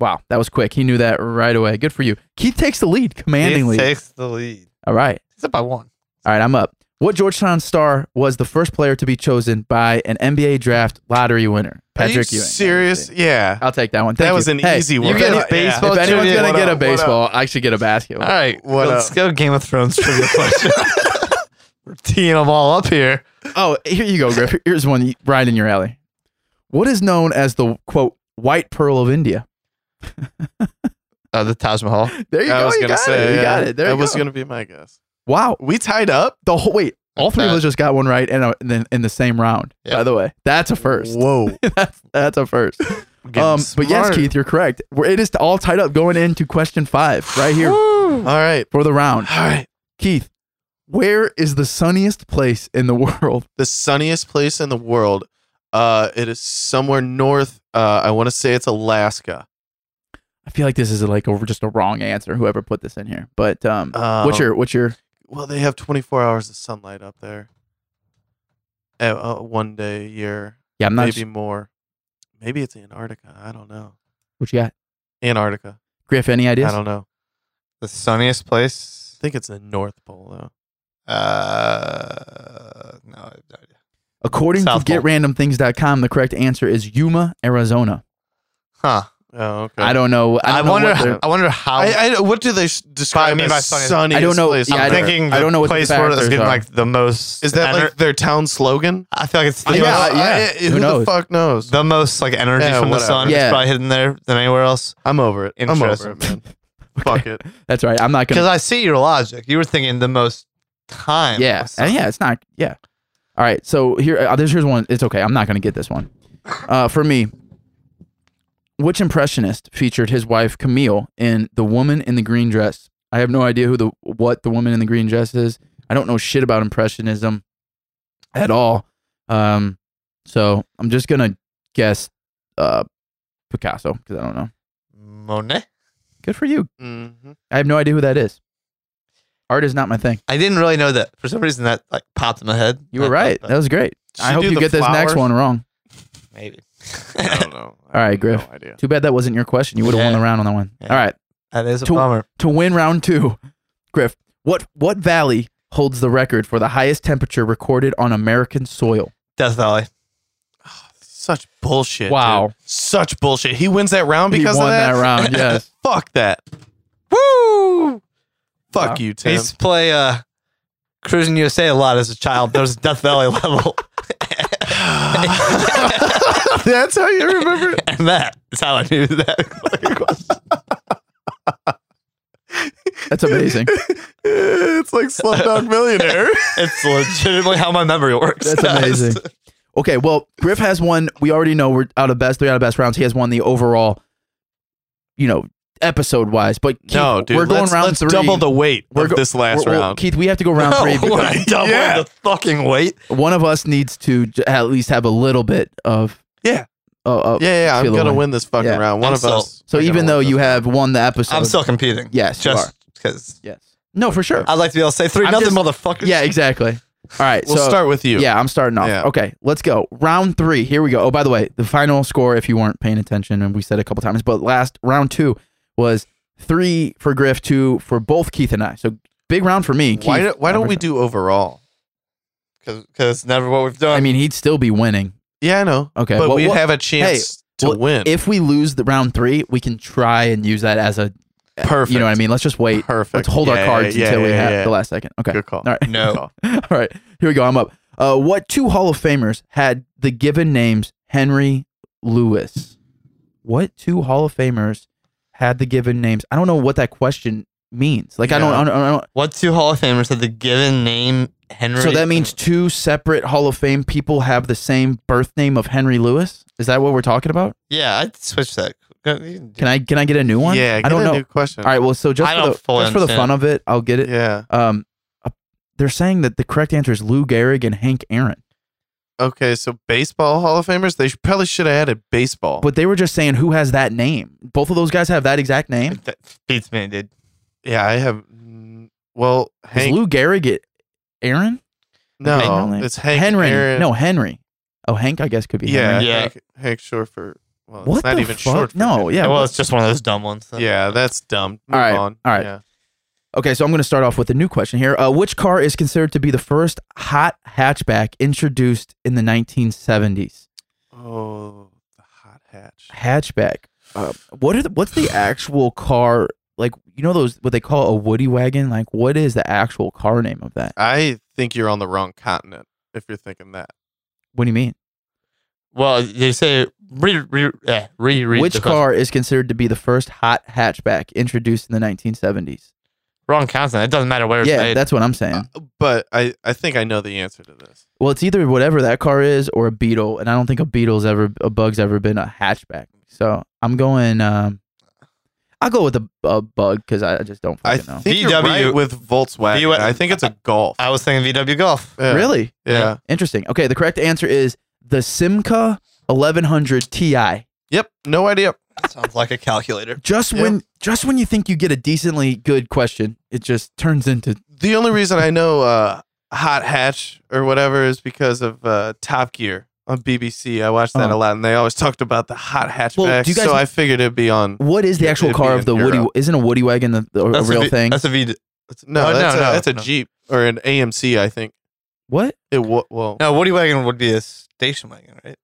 Speaker 2: Wow, that was quick. He knew that right away. Good for you. Keith takes the lead, commandingly.
Speaker 3: He takes the lead.
Speaker 2: All right.
Speaker 3: He's up by one.
Speaker 2: All right, I'm up. What Georgetown star was the first player to be chosen by an NBA draft lottery winner?
Speaker 1: Are you
Speaker 2: Patrick Ewing.
Speaker 1: serious? Yeah.
Speaker 2: I'll take that one.
Speaker 1: that
Speaker 2: Thank
Speaker 1: was
Speaker 2: you.
Speaker 1: an
Speaker 2: Hey,
Speaker 1: easy
Speaker 3: You
Speaker 1: one.
Speaker 3: get
Speaker 2: Yeah.
Speaker 3: a baseball
Speaker 2: If anyone's
Speaker 3: trivia.
Speaker 2: going to get
Speaker 1: up?
Speaker 2: a
Speaker 1: What up?
Speaker 2: baseball, I should get a basket.
Speaker 3: All right,
Speaker 1: What
Speaker 3: let's
Speaker 1: up?
Speaker 3: go Game of Thrones trivia question. We're teeing them all up here.
Speaker 2: Oh, here you go, Griff. Here's one right in your alley. What is known as the quote white pearl of India?
Speaker 3: Uh, the Taj Mahal.
Speaker 2: There you
Speaker 1: I
Speaker 2: go.
Speaker 1: was
Speaker 2: you
Speaker 1: gonna
Speaker 2: got
Speaker 1: say
Speaker 2: it. You
Speaker 1: yeah,
Speaker 2: got it. There
Speaker 1: that
Speaker 2: you
Speaker 1: was
Speaker 2: go.
Speaker 1: gonna be my guess.
Speaker 2: wow.
Speaker 1: We tied up.
Speaker 2: The whole wait. All three of us just got one right, and, uh, and then in the same round.
Speaker 3: Yeah.
Speaker 2: By the way, that's a first.
Speaker 1: Whoa.
Speaker 2: <laughs> that's that's
Speaker 1: <laughs>
Speaker 2: a first. Um,
Speaker 3: Um,
Speaker 2: but yes,
Speaker 1: smarter.
Speaker 2: Keith, you're correct. We're, it is all tied up going into question five
Speaker 1: <gasps>
Speaker 2: right here
Speaker 1: All right.
Speaker 2: for the round.
Speaker 1: All right.
Speaker 2: Keith, where is the sunniest place in the <laughs> world?
Speaker 1: The sunniest place in the world. Uh, it is somewhere north. Uh, I want to say it's Alaska.
Speaker 2: I feel like this is like a, just a wrong answer. Whoever put this in here, but um,
Speaker 1: Um,
Speaker 2: what's your what's your
Speaker 1: Well, they have 24 hours of sunlight up there. At, uh, one day a year,
Speaker 2: yeah? I'm not
Speaker 1: maybe more. Maybe it's Antarctica. I don't know.
Speaker 2: What you got,
Speaker 1: Antarctica.
Speaker 2: Griff? Any ideas?
Speaker 1: I don't know.
Speaker 3: the sunniest place.
Speaker 1: I think it's the North Pole though.
Speaker 3: Uh, no, I have no idea.
Speaker 2: According
Speaker 3: South
Speaker 2: to
Speaker 3: Pole.
Speaker 2: GetRandomThings.com, the correct answer is Yuma, Arizona.
Speaker 3: Huh?
Speaker 1: Oh, okay.
Speaker 2: I don't know.
Speaker 3: I,
Speaker 2: I, don't
Speaker 3: wonder.
Speaker 2: know what
Speaker 3: I wonder how.
Speaker 1: I, I- what do they s- describe
Speaker 3: mean
Speaker 1: as
Speaker 3: by sunniest-
Speaker 1: sunniest
Speaker 2: I don't know.
Speaker 1: place?
Speaker 2: Yeah,
Speaker 1: on
Speaker 2: I
Speaker 3: am
Speaker 2: don't-
Speaker 1: Earth?
Speaker 3: thinking.
Speaker 2: I don't know what the
Speaker 3: place where
Speaker 2: factors
Speaker 3: it's getting
Speaker 2: are.
Speaker 3: like the most.
Speaker 1: Is that
Speaker 3: ener-
Speaker 1: like their town slogan?
Speaker 3: I feel like it's the,
Speaker 2: Yeah,
Speaker 3: most,
Speaker 2: yeah.
Speaker 1: who,
Speaker 2: Who
Speaker 1: the
Speaker 2: knows?
Speaker 1: fuck knows?
Speaker 3: the most like energy
Speaker 1: Yeah,
Speaker 3: from
Speaker 1: whatever.
Speaker 3: the sun.
Speaker 2: Yeah.
Speaker 3: is probably hidden there than anywhere else.
Speaker 1: I'm over it. I'm over <laughs>
Speaker 3: Interesting.
Speaker 1: it, man. Fuck it.
Speaker 2: they're- That's right. I'm not
Speaker 3: Because
Speaker 2: gonna.
Speaker 3: I see your logic. You were thinking the most time.
Speaker 2: yeah,
Speaker 3: was
Speaker 2: And
Speaker 3: sun.
Speaker 2: yeah. It's not. Yeah. All right. So here, uh, this here's one. It's okay. I'm not gonna get this one. Uh, for me, which impressionist featured his wife Camille in "The Woman in the Green Dress"? I have no idea who the what the woman in the green dress is. I don't know shit about impressionism at all. Um, so I'm just gonna guess uh, Picasso because I don't know.
Speaker 3: Monet.
Speaker 2: Good for you.
Speaker 1: hmm
Speaker 2: I have no idea who that is. Art is not my thing.
Speaker 3: I didn't really know that. For some reason, that like popped in my head.
Speaker 2: You were right. That was great. I hope
Speaker 1: do
Speaker 2: you
Speaker 1: the
Speaker 2: get this next
Speaker 1: flowers?
Speaker 2: one wrong.
Speaker 3: Maybe.
Speaker 2: Oh.
Speaker 1: I don't know.
Speaker 2: All right,
Speaker 1: I have
Speaker 2: Griff.
Speaker 1: No idea.
Speaker 2: Too bad that wasn't your question. You would have won
Speaker 3: Yeah.
Speaker 2: the round on that one.
Speaker 3: Yeah.
Speaker 2: All right,
Speaker 3: <laughs> that is a
Speaker 2: To-
Speaker 3: bummer.
Speaker 2: to win round two, Griff, what what valley holds the record for the highest temperature recorded on American soil?
Speaker 3: Death Valley.
Speaker 1: Such bullshit.
Speaker 2: Wow.
Speaker 1: dude. Such bullshit. He wins that round
Speaker 2: he
Speaker 1: because
Speaker 2: won
Speaker 1: of that. <laughs>
Speaker 2: round. Yes.
Speaker 1: Fuck that.
Speaker 3: Woo!
Speaker 1: Fuck
Speaker 2: Wow.
Speaker 1: you,
Speaker 3: I
Speaker 1: Tim.
Speaker 2: <laughs>
Speaker 3: used to play uh, Cruising USA a lot as a child. There was a Death Valley <laughs> level,
Speaker 1: <laughs> That's how you remember it.
Speaker 3: and that is how I knew that.
Speaker 2: That's amazing.
Speaker 1: <laughs> It's like Slumdog Millionaire.
Speaker 2: <laughs>
Speaker 3: it's legitimately how my memory works.
Speaker 2: That's
Speaker 3: <laughs>
Speaker 2: amazing. Okay, well, Griff has won. We already know we're out of best three out of best rounds. He has won the overall, you know, episode wise. But Keith,
Speaker 1: no, dude.
Speaker 2: we're going
Speaker 1: let's,
Speaker 2: round
Speaker 1: let's
Speaker 2: three.
Speaker 1: double the weight
Speaker 2: We're
Speaker 1: of
Speaker 2: go-
Speaker 1: this last
Speaker 2: We're- we're-
Speaker 1: round.
Speaker 2: Keith, we have to go round
Speaker 3: no,
Speaker 2: three
Speaker 1: <laughs>
Speaker 3: we're
Speaker 2: because
Speaker 3: doubling
Speaker 1: Yeah.
Speaker 3: the fucking weight.
Speaker 2: one of us needs to j- at least have a little bit of
Speaker 1: Yeah.
Speaker 2: Uh, uh,
Speaker 1: yeah, yeah. I'm
Speaker 2: Feel
Speaker 1: gonna
Speaker 2: away.
Speaker 1: win this fucking
Speaker 2: Yeah.
Speaker 1: round. One
Speaker 3: I'm
Speaker 1: of us.
Speaker 2: So
Speaker 1: are gonna
Speaker 2: even though
Speaker 1: win
Speaker 2: you
Speaker 1: this.
Speaker 2: have won the episode,
Speaker 3: I'm still competing.
Speaker 2: yes, you are.
Speaker 3: just because
Speaker 2: yes, no, for sure.
Speaker 3: I'd like to be able to say three
Speaker 2: I'm
Speaker 3: nothing,
Speaker 2: just-
Speaker 3: motherfuckers.
Speaker 2: yeah, exactly. All right,
Speaker 1: we'll
Speaker 2: so
Speaker 1: start with you.
Speaker 2: Yeah, I'm starting off.
Speaker 1: Yeah.
Speaker 2: Okay, let's go. Round three. Here we go. Oh, by the way, the final score, if you weren't paying attention, and we said a couple times, but last round two was three for Griff, two for both Keith and I. So big round for me. Keith,
Speaker 1: Why, do, why don't we do overall?
Speaker 3: because it's never what we've done.
Speaker 2: I mean, he'd still be winning.
Speaker 1: Yeah, I know.
Speaker 2: Okay,
Speaker 1: uh, but
Speaker 2: well,
Speaker 1: we
Speaker 2: well,
Speaker 1: have a chance to
Speaker 2: well,
Speaker 1: win.
Speaker 2: If we lose the round three, we can try and use that as a.
Speaker 1: Perfect.
Speaker 2: You know what I mean? Let's just wait.
Speaker 1: Perfect.
Speaker 2: Let's hold
Speaker 1: Yeah,
Speaker 2: our cards
Speaker 1: yeah, yeah,
Speaker 2: until we
Speaker 1: yeah,
Speaker 2: have
Speaker 1: yeah.
Speaker 2: the last second. Okay.
Speaker 1: Good call.
Speaker 2: All right.
Speaker 1: Good
Speaker 2: <laughs>
Speaker 3: <laughs> no,
Speaker 1: call.
Speaker 2: All right. Here we go. I'm up. Uh, what two Hall of Famers had the given names Henry Lewis? What two Hall of Famers had the given names? I don't know what that question means. Like I don't. I don't, I don't
Speaker 3: what two Hall of Famers had the given name Henry?
Speaker 2: so that means two separate Hall of Fame people have the same birth name of Henry Lewis. Is that what we're talking about?
Speaker 3: yeah, I'd switch that. Can
Speaker 2: Can I can I get a new one?
Speaker 1: Yeah,
Speaker 2: I
Speaker 1: get
Speaker 2: don't
Speaker 1: a
Speaker 2: know.
Speaker 1: New question.
Speaker 2: All right. Well, so just
Speaker 3: I
Speaker 2: for
Speaker 3: don't
Speaker 2: the,
Speaker 3: fully
Speaker 2: just for the
Speaker 3: understand.
Speaker 2: fun of it, I'll get it.
Speaker 1: Yeah.
Speaker 2: Um, uh, they're saying that the correct answer is Lou Gehrig and Hank Aaron.
Speaker 1: Okay. So baseball Hall of Famers. They should, probably should have added baseball.
Speaker 2: But they were just saying who has that name. Both of those guys have that exact name.
Speaker 3: That beats me, dude.
Speaker 1: yeah, I have. mm, Well,
Speaker 2: Is
Speaker 1: Hank.
Speaker 2: Lou Gehrig it Aaron?
Speaker 1: no,
Speaker 2: Hank-
Speaker 1: it's Hank
Speaker 2: Henry.
Speaker 1: Aaron-
Speaker 2: No, Henry. Oh, Hank, I guess could be
Speaker 1: Yeah.
Speaker 2: Henry.
Speaker 3: Yeah.
Speaker 1: Hank, Hank Shoreford. Well,
Speaker 2: What
Speaker 1: it's not
Speaker 2: the
Speaker 1: even
Speaker 2: fuck?
Speaker 1: short. for
Speaker 2: No,
Speaker 1: him.
Speaker 2: yeah.
Speaker 3: well, it's just one of those dumb ones.
Speaker 1: Yeah, that's dumb. Move
Speaker 2: All right,
Speaker 1: on.
Speaker 2: all right.
Speaker 1: Yeah.
Speaker 2: Okay, so I'm going to start off with a new question here. Uh, which car is considered to be the first hot hatchback introduced in the 1970s?
Speaker 1: Oh, the hot
Speaker 2: <sighs>
Speaker 1: hatch.
Speaker 2: Hatchback. Uh, what are the, what's the actual car like? You know those what they call a woody wagon. Like, what is the actual car name of that?
Speaker 1: I think you're on the wrong continent if you're thinking that.
Speaker 2: What do you mean?
Speaker 3: Well, they say re re eh, reread
Speaker 2: Which
Speaker 3: the question.
Speaker 2: car is considered to be the first hot hatchback introduced in the 1970s?
Speaker 3: wrong consonant. It doesn't matter where it's
Speaker 2: yeah,
Speaker 3: made.
Speaker 2: that's what I'm
Speaker 1: Uh,
Speaker 2: saying.
Speaker 1: But I, I think I know the answer to this.
Speaker 2: well, it's either whatever that car is or a Beetle, and I don't think a Beetle's ever a Bug's ever been a hatchback. So I'm going. Um, I'll go with a, a Bug because I I just don't
Speaker 1: I
Speaker 2: fucking know.
Speaker 1: think you're
Speaker 3: VW
Speaker 1: right with Volkswagen.
Speaker 3: VW
Speaker 1: I think it's a Golf.
Speaker 3: I was thinking
Speaker 2: <laughs>
Speaker 3: VW Golf.
Speaker 1: Yeah.
Speaker 2: Really
Speaker 1: Yeah.
Speaker 2: interesting. Okay, the correct answer is the Simca 1100 Ti.
Speaker 1: Yep. No idea.
Speaker 3: Sounds like a calculator.
Speaker 2: Just when just when you think you get a decently good question, it just turns into
Speaker 1: The only reason I know uh, Hot Hatch or whatever is because of uh, Top Gear on BBC. I watched that a
Speaker 2: Oh.
Speaker 1: lot, and they always talked about the hot hatchback.
Speaker 2: Well, do you guys-
Speaker 1: so I figured it'd be on.
Speaker 2: what is the
Speaker 1: It-
Speaker 2: actual
Speaker 1: it'd
Speaker 2: car
Speaker 1: be
Speaker 2: of the
Speaker 1: in
Speaker 2: Woody?
Speaker 1: Europe.
Speaker 2: Isn't a Woody wagon the, the, a
Speaker 3: That's
Speaker 2: real
Speaker 3: a v,
Speaker 2: thing?
Speaker 3: That's a V.
Speaker 1: No,
Speaker 3: Oh,
Speaker 1: that's,
Speaker 3: no,
Speaker 1: a,
Speaker 3: no,
Speaker 1: that's a
Speaker 3: no.
Speaker 1: Jeep or an AMC. I think
Speaker 2: What
Speaker 1: it. wa well,
Speaker 3: No, Woody wagon would be a station wagon, right?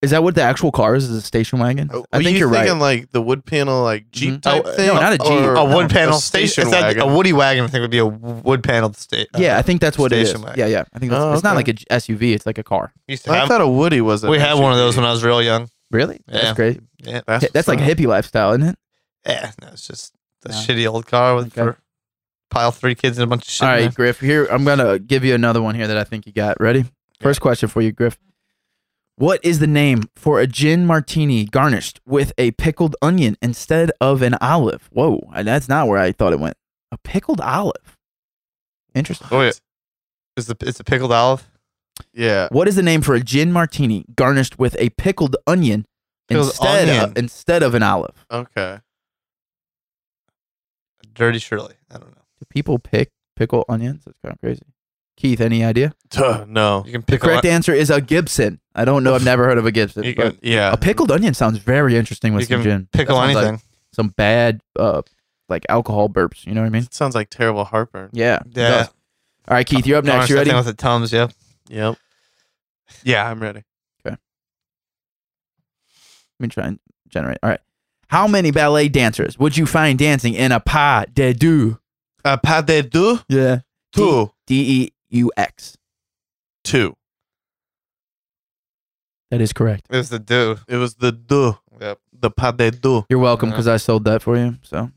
Speaker 2: is that? What the actual car is? Is a station wagon?
Speaker 1: Uh,
Speaker 2: I
Speaker 1: were
Speaker 2: think
Speaker 1: you
Speaker 2: you're right.
Speaker 1: thinking like the wood panel, like Jeep
Speaker 2: Mhm.
Speaker 1: type
Speaker 3: Oh,
Speaker 1: thing.
Speaker 2: no, not a Jeep.
Speaker 1: Or
Speaker 3: A wood panel
Speaker 1: a
Speaker 3: station.
Speaker 1: station
Speaker 3: it's like
Speaker 1: wagon.
Speaker 3: a Woody wagon. I think would be a wood paneled station.
Speaker 2: yeah, I think that's what it is.
Speaker 3: Station wagon.
Speaker 2: Yeah, yeah. I think that's,
Speaker 1: Oh,
Speaker 2: it's not
Speaker 1: okay.
Speaker 2: like a j- SUV. It's like a car.
Speaker 3: Used to
Speaker 1: I
Speaker 3: have-
Speaker 1: thought a Woody was. an
Speaker 3: we had one of
Speaker 1: SUV.
Speaker 3: those when I was real young.
Speaker 2: Really?
Speaker 3: Yeah.
Speaker 2: That's great.
Speaker 3: Yeah,
Speaker 1: That's,
Speaker 2: That's like
Speaker 1: what's
Speaker 2: hippie lifestyle, isn't it?
Speaker 3: yeah. No, it's just a
Speaker 2: Yeah.
Speaker 3: shitty old car with
Speaker 2: Okay.
Speaker 3: for pile three kids and a bunch of shit.
Speaker 2: All
Speaker 3: in
Speaker 2: right,
Speaker 3: there.
Speaker 2: Griff. Here, I'm gonna give you another one here that I think you got. Ready? First question for you, Griff. What is the name for a gin martini garnished with a pickled onion instead of an olive? Whoa, I- that's not where I thought it went. A pickled olive. Interesting.
Speaker 3: Oh, yeah. Is the it's a pickled olive?
Speaker 1: up. Yeah.
Speaker 2: What is the name for a gin martini garnished with a pickled onion
Speaker 3: Pickled
Speaker 2: instead
Speaker 3: onion.
Speaker 2: Of, instead of an olive?
Speaker 1: Okay.
Speaker 3: Dirty Shirley. I don't know.
Speaker 2: Do people pick pickle onions? That's kind of crazy. Keith, any idea?
Speaker 1: Tuh, no.
Speaker 3: You can
Speaker 2: The
Speaker 3: pick
Speaker 2: correct answer is a Gibson. I don't know. I've never heard of a Gibson.
Speaker 3: You
Speaker 2: but
Speaker 3: can
Speaker 1: Yeah.
Speaker 2: a pickled onion sounds very interesting with
Speaker 3: You
Speaker 2: some
Speaker 3: can
Speaker 2: gin. That
Speaker 3: pickle
Speaker 2: sounds like
Speaker 3: anything.
Speaker 2: some bad, uh, like alcohol burps. You know what I mean?
Speaker 1: It sounds like terrible heartburn.
Speaker 2: Yeah. it
Speaker 3: Yeah.
Speaker 2: does. All right, Keith, you're up next.
Speaker 3: Honestly,
Speaker 2: You
Speaker 3: I
Speaker 2: ready?
Speaker 3: think With the tums, yeah.
Speaker 1: Yep. Yeah, I'm ready.
Speaker 2: Let me try and generate. All right. How many ballet dancers would you find dancing in a pas de deux?
Speaker 1: Uh, pas de deux,
Speaker 2: Yeah.
Speaker 1: two,
Speaker 2: D E U X.
Speaker 1: two.
Speaker 2: That is correct.
Speaker 3: It was the do.
Speaker 1: It was the deux,
Speaker 3: Yep.
Speaker 1: the pas de deux,
Speaker 2: You're
Speaker 3: Uh-huh.
Speaker 2: welcome because I sold that for you. So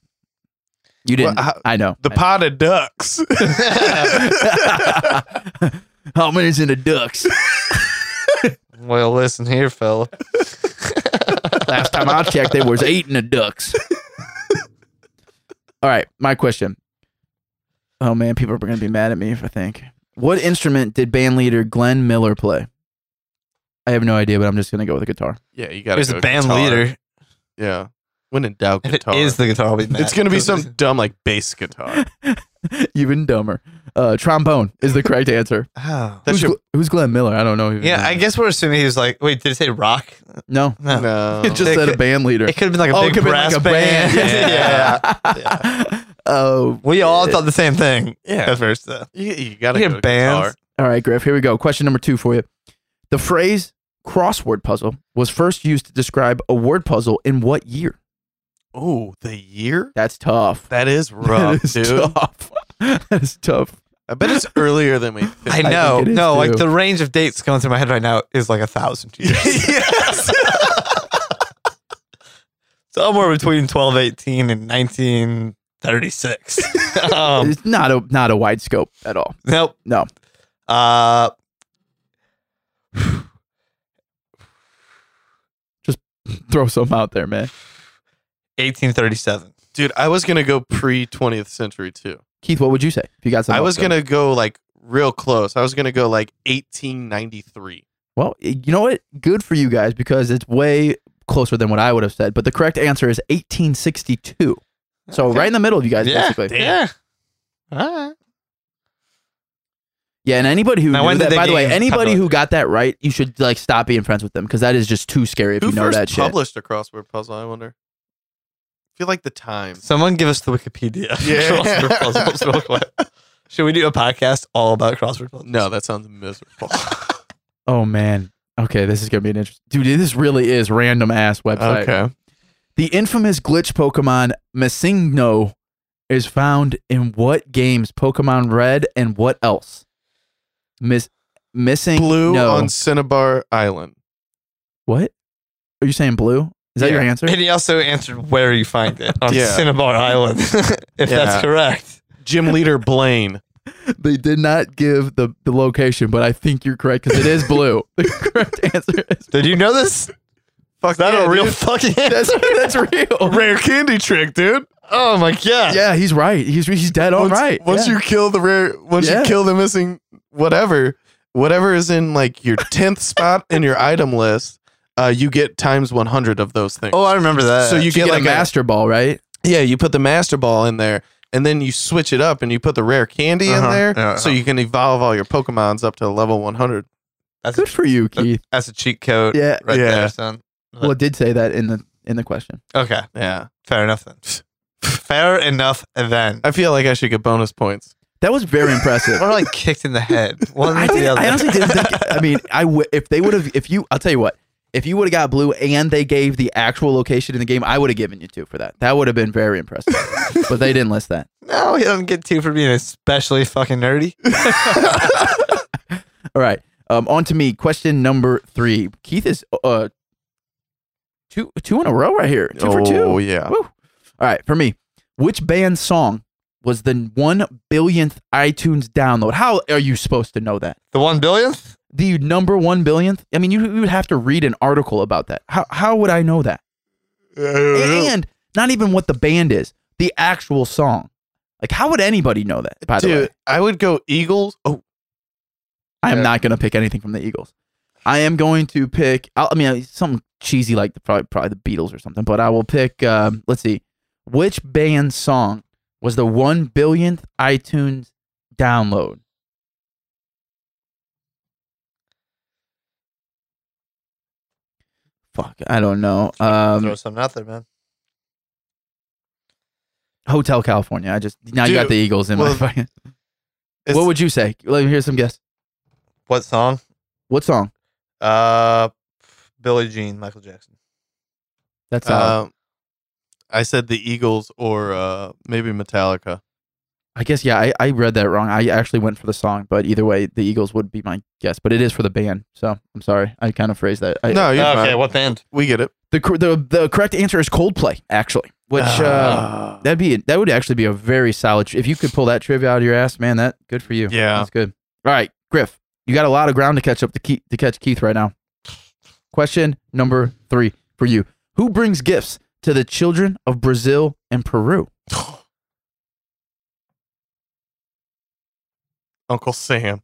Speaker 2: you
Speaker 1: Well,
Speaker 2: didn't.
Speaker 1: how-
Speaker 2: I know.
Speaker 1: the
Speaker 2: I-
Speaker 1: pot of
Speaker 2: <laughs>
Speaker 1: ducks. <laughs>
Speaker 2: How many's in the ducks?
Speaker 3: Well, listen
Speaker 1: <laughs>
Speaker 3: here, fella.
Speaker 2: Last time I checked, there was eight in the ducks. All right, my question. Oh man, people are going to be mad at me if I think. What instrument did band leader Glenn Miller play? I have no idea, but I'm just going to go with a guitar. <laughs>
Speaker 1: yeah, you got to
Speaker 3: There's
Speaker 1: go
Speaker 3: a band
Speaker 1: guitar.
Speaker 3: leader.
Speaker 1: Yeah. When in doubt,
Speaker 3: If it
Speaker 1: guitar.
Speaker 3: is the guitar, I'll be mad.
Speaker 1: it's going to be some dumb, like, bass guitar.
Speaker 2: Even dumber. Uh, trombone is the correct answer.
Speaker 3: Oh.
Speaker 1: <laughs> That's
Speaker 2: who's,
Speaker 1: your-
Speaker 2: Gl- who's Glenn Miller? I don't know. Even
Speaker 3: Yeah, I guess we're assuming he was like, wait, did it say rock?
Speaker 2: No.
Speaker 3: No.
Speaker 1: No.
Speaker 2: It just
Speaker 3: It
Speaker 2: said a
Speaker 3: could-
Speaker 2: band leader.
Speaker 3: It could have been like a
Speaker 2: Oh, it
Speaker 3: big
Speaker 2: could've been
Speaker 3: brass
Speaker 2: like a
Speaker 3: band.
Speaker 2: band. <laughs>
Speaker 3: yeah.
Speaker 2: Oh,
Speaker 3: We all thought the same thing
Speaker 1: yeah.
Speaker 3: at first. though.
Speaker 1: You, you got to
Speaker 3: We had
Speaker 1: go
Speaker 3: bands.
Speaker 1: bands.
Speaker 2: All right, Griff, here we go. Question number two for you. The phrase crossword puzzle was first used to describe a word puzzle in what year?
Speaker 1: guitar. Ooh, the year?
Speaker 2: That's tough.
Speaker 1: That is rough,
Speaker 2: that is
Speaker 1: dude.
Speaker 2: tough. that is tough.
Speaker 1: I bet it's earlier than we
Speaker 3: <laughs>
Speaker 1: think.
Speaker 3: I
Speaker 2: think
Speaker 3: know.
Speaker 2: it is
Speaker 3: no, like
Speaker 2: too.
Speaker 3: the range of dates going through my head right now is like a
Speaker 2: <laughs>
Speaker 3: thousand years.
Speaker 1: yes.
Speaker 3: Somewhere between 1218
Speaker 2: <laughs>
Speaker 3: and 1936. um,
Speaker 2: it's not a not a wide scope at all.
Speaker 3: nope.
Speaker 2: No.
Speaker 3: Uh,
Speaker 2: Throw some out there, man.
Speaker 3: 1837.
Speaker 1: Dude, I was going to go pre 20th century, too.
Speaker 2: Keith, what would you say if you got some?
Speaker 1: I was
Speaker 2: out there?
Speaker 1: going to go, like, real close. I was going to go, like, 1893.
Speaker 2: Well, you know what? Good for you guys because it's way closer than what I would have said. But the correct answer is 1862. So
Speaker 3: Okay.
Speaker 2: right in the middle of you guys,
Speaker 3: yeah.
Speaker 2: basically.
Speaker 3: Yeah. All right.
Speaker 2: Yeah, and anybody who
Speaker 3: Now,
Speaker 2: knew
Speaker 3: when did
Speaker 2: that,
Speaker 3: they
Speaker 2: by the way,
Speaker 3: gain
Speaker 2: anybody
Speaker 3: public-
Speaker 2: who got that right, you should like stop being friends with them because that is just too scary if
Speaker 1: Who
Speaker 2: you know
Speaker 1: first
Speaker 2: that shit.
Speaker 1: published a crossword puzzle? I wonder. I feel like the
Speaker 3: <laughs>
Speaker 1: time.
Speaker 3: Someone give us the Wikipedia.
Speaker 1: Yeah.
Speaker 3: crossword puzzles real quick. Should we do a podcast all about crossword puzzles?
Speaker 1: No, that sounds miserable.
Speaker 2: Oh man. Okay, this is gonna be an interesting dude. This really is random ass website. The infamous glitch Pokemon Missingno is found in what games? Pokemon Red and what else? Miss missing
Speaker 1: Blue
Speaker 2: no.
Speaker 1: on Cinnabar Island.
Speaker 2: what? Are you saying blue? Is that
Speaker 1: Yeah.
Speaker 2: your answer?
Speaker 1: <laughs>
Speaker 3: And he also answered where you find it on
Speaker 1: Yeah.
Speaker 3: Cinnabar Island, <laughs> if
Speaker 1: Yeah.
Speaker 3: that's correct.
Speaker 1: Gym leader Blaine.
Speaker 2: They did not give the, the location, but I think you're correct because it is blue. <laughs> the correct answer is
Speaker 3: Did you know this?
Speaker 1: <laughs> Fuck
Speaker 3: Is that
Speaker 1: yeah,
Speaker 3: a real <laughs>
Speaker 1: dude.
Speaker 3: fucking
Speaker 2: That's that's
Speaker 3: <laughs>
Speaker 2: real.
Speaker 1: rare candy trick, dude.
Speaker 3: Oh my god.
Speaker 2: Yeah, he's right. He's he's dead on
Speaker 1: once,
Speaker 2: right.
Speaker 1: Once
Speaker 2: Yeah.
Speaker 1: you kill the rare, once
Speaker 2: Yeah.
Speaker 1: you kill the missing whatever, whatever is in like
Speaker 2: <laughs>
Speaker 1: your tenth spot in your item list, uh, you get times one hundred of those things.
Speaker 3: Oh, I remember that.
Speaker 1: so you
Speaker 2: You
Speaker 1: get, like
Speaker 2: a master ball, right?
Speaker 1: Yeah, you put the master ball in there, and then you switch it up and you put the rare candy
Speaker 3: Uh-huh,
Speaker 1: in there,
Speaker 3: yeah,
Speaker 1: so
Speaker 3: yeah.
Speaker 1: you can evolve all your Pokemons up to level one hundred.
Speaker 3: that's,
Speaker 2: Good
Speaker 3: a,
Speaker 2: for you, Keith.
Speaker 3: that's a cheat
Speaker 2: <laughs>
Speaker 3: code
Speaker 2: Yeah.
Speaker 3: right
Speaker 1: Yeah.
Speaker 3: there, son.
Speaker 2: Well, it did say that in the in the question.
Speaker 3: Okay.
Speaker 1: Yeah,
Speaker 3: Fair enough then. Fair enough then.
Speaker 1: I feel like I should get bonus points.
Speaker 2: That was very <laughs> impressive.
Speaker 3: Or like kicked in the head. One
Speaker 2: I,
Speaker 3: or the
Speaker 2: did,
Speaker 3: other.
Speaker 2: I honestly didn't
Speaker 3: <laughs>
Speaker 2: think. I mean, I w- if they would have, if you, I'll tell you what, if you would have got blue and they gave the actual location in the game, I would have given you two for that. That would have been very <laughs> impressive. but they didn't list that.
Speaker 3: no, he doesn't get two for being especially fucking nerdy.
Speaker 2: All right. Um, on to me. Question number three. Keith is uh two two in a row right here. Two for two.
Speaker 1: Oh yeah.
Speaker 2: Woo. All right, for me, which band song was the one billionth iTunes download? How are you supposed to know that?
Speaker 3: The one billionth?
Speaker 2: The number one billionth? I mean, you, you would have to read an article about that. How how would I know that? And not even what the band is, the actual song. Like, how would anybody know that? By the way,
Speaker 1: Dude, I would go Eagles. Oh,
Speaker 2: I am
Speaker 3: yeah.
Speaker 2: not going to pick anything from the Eagles. I am going to pick. I'll, I mean, something cheesy like the, probably probably the Beatles or something. But I will pick. Um, let's see, which band song was the one billionth iTunes download? Fuck, I don't know.
Speaker 3: Throw
Speaker 2: Um,
Speaker 3: something out there, man.
Speaker 2: Hotel California. I just now you got
Speaker 1: Dude,
Speaker 2: the Eagles in my
Speaker 1: well,
Speaker 2: <laughs> fucking.
Speaker 3: It's-
Speaker 2: What would you say? Let me hear some guess.
Speaker 3: what song?
Speaker 2: What song?
Speaker 3: Uh, Billie Jean, Michael Jackson.
Speaker 2: That's uh,
Speaker 1: Um, I said the Eagles or uh, maybe Metallica.
Speaker 2: I guess yeah. I, I read that wrong. I actually went for the song, but either way, the Eagles would be my guess. But it is for the band, so I'm sorry. I kind of phrased that. I,
Speaker 1: No, you're
Speaker 3: Okay,
Speaker 1: fine.
Speaker 3: what band? <laughs>
Speaker 1: we get it.
Speaker 2: The, cor- the the correct answer is Coldplay, actually. Which uh,
Speaker 1: Ah.
Speaker 2: that'd be that would actually be a very solid tr- if you could pull that trivia out of your ass, man. That good for you.
Speaker 1: Yeah.
Speaker 2: that's good. All right, Griff, you got a lot of ground to catch up to Keith, to catch Keith right now. Question number three for you: Who brings gifts to the children of Brazil and Peru?
Speaker 1: Uncle <laughs> Sam.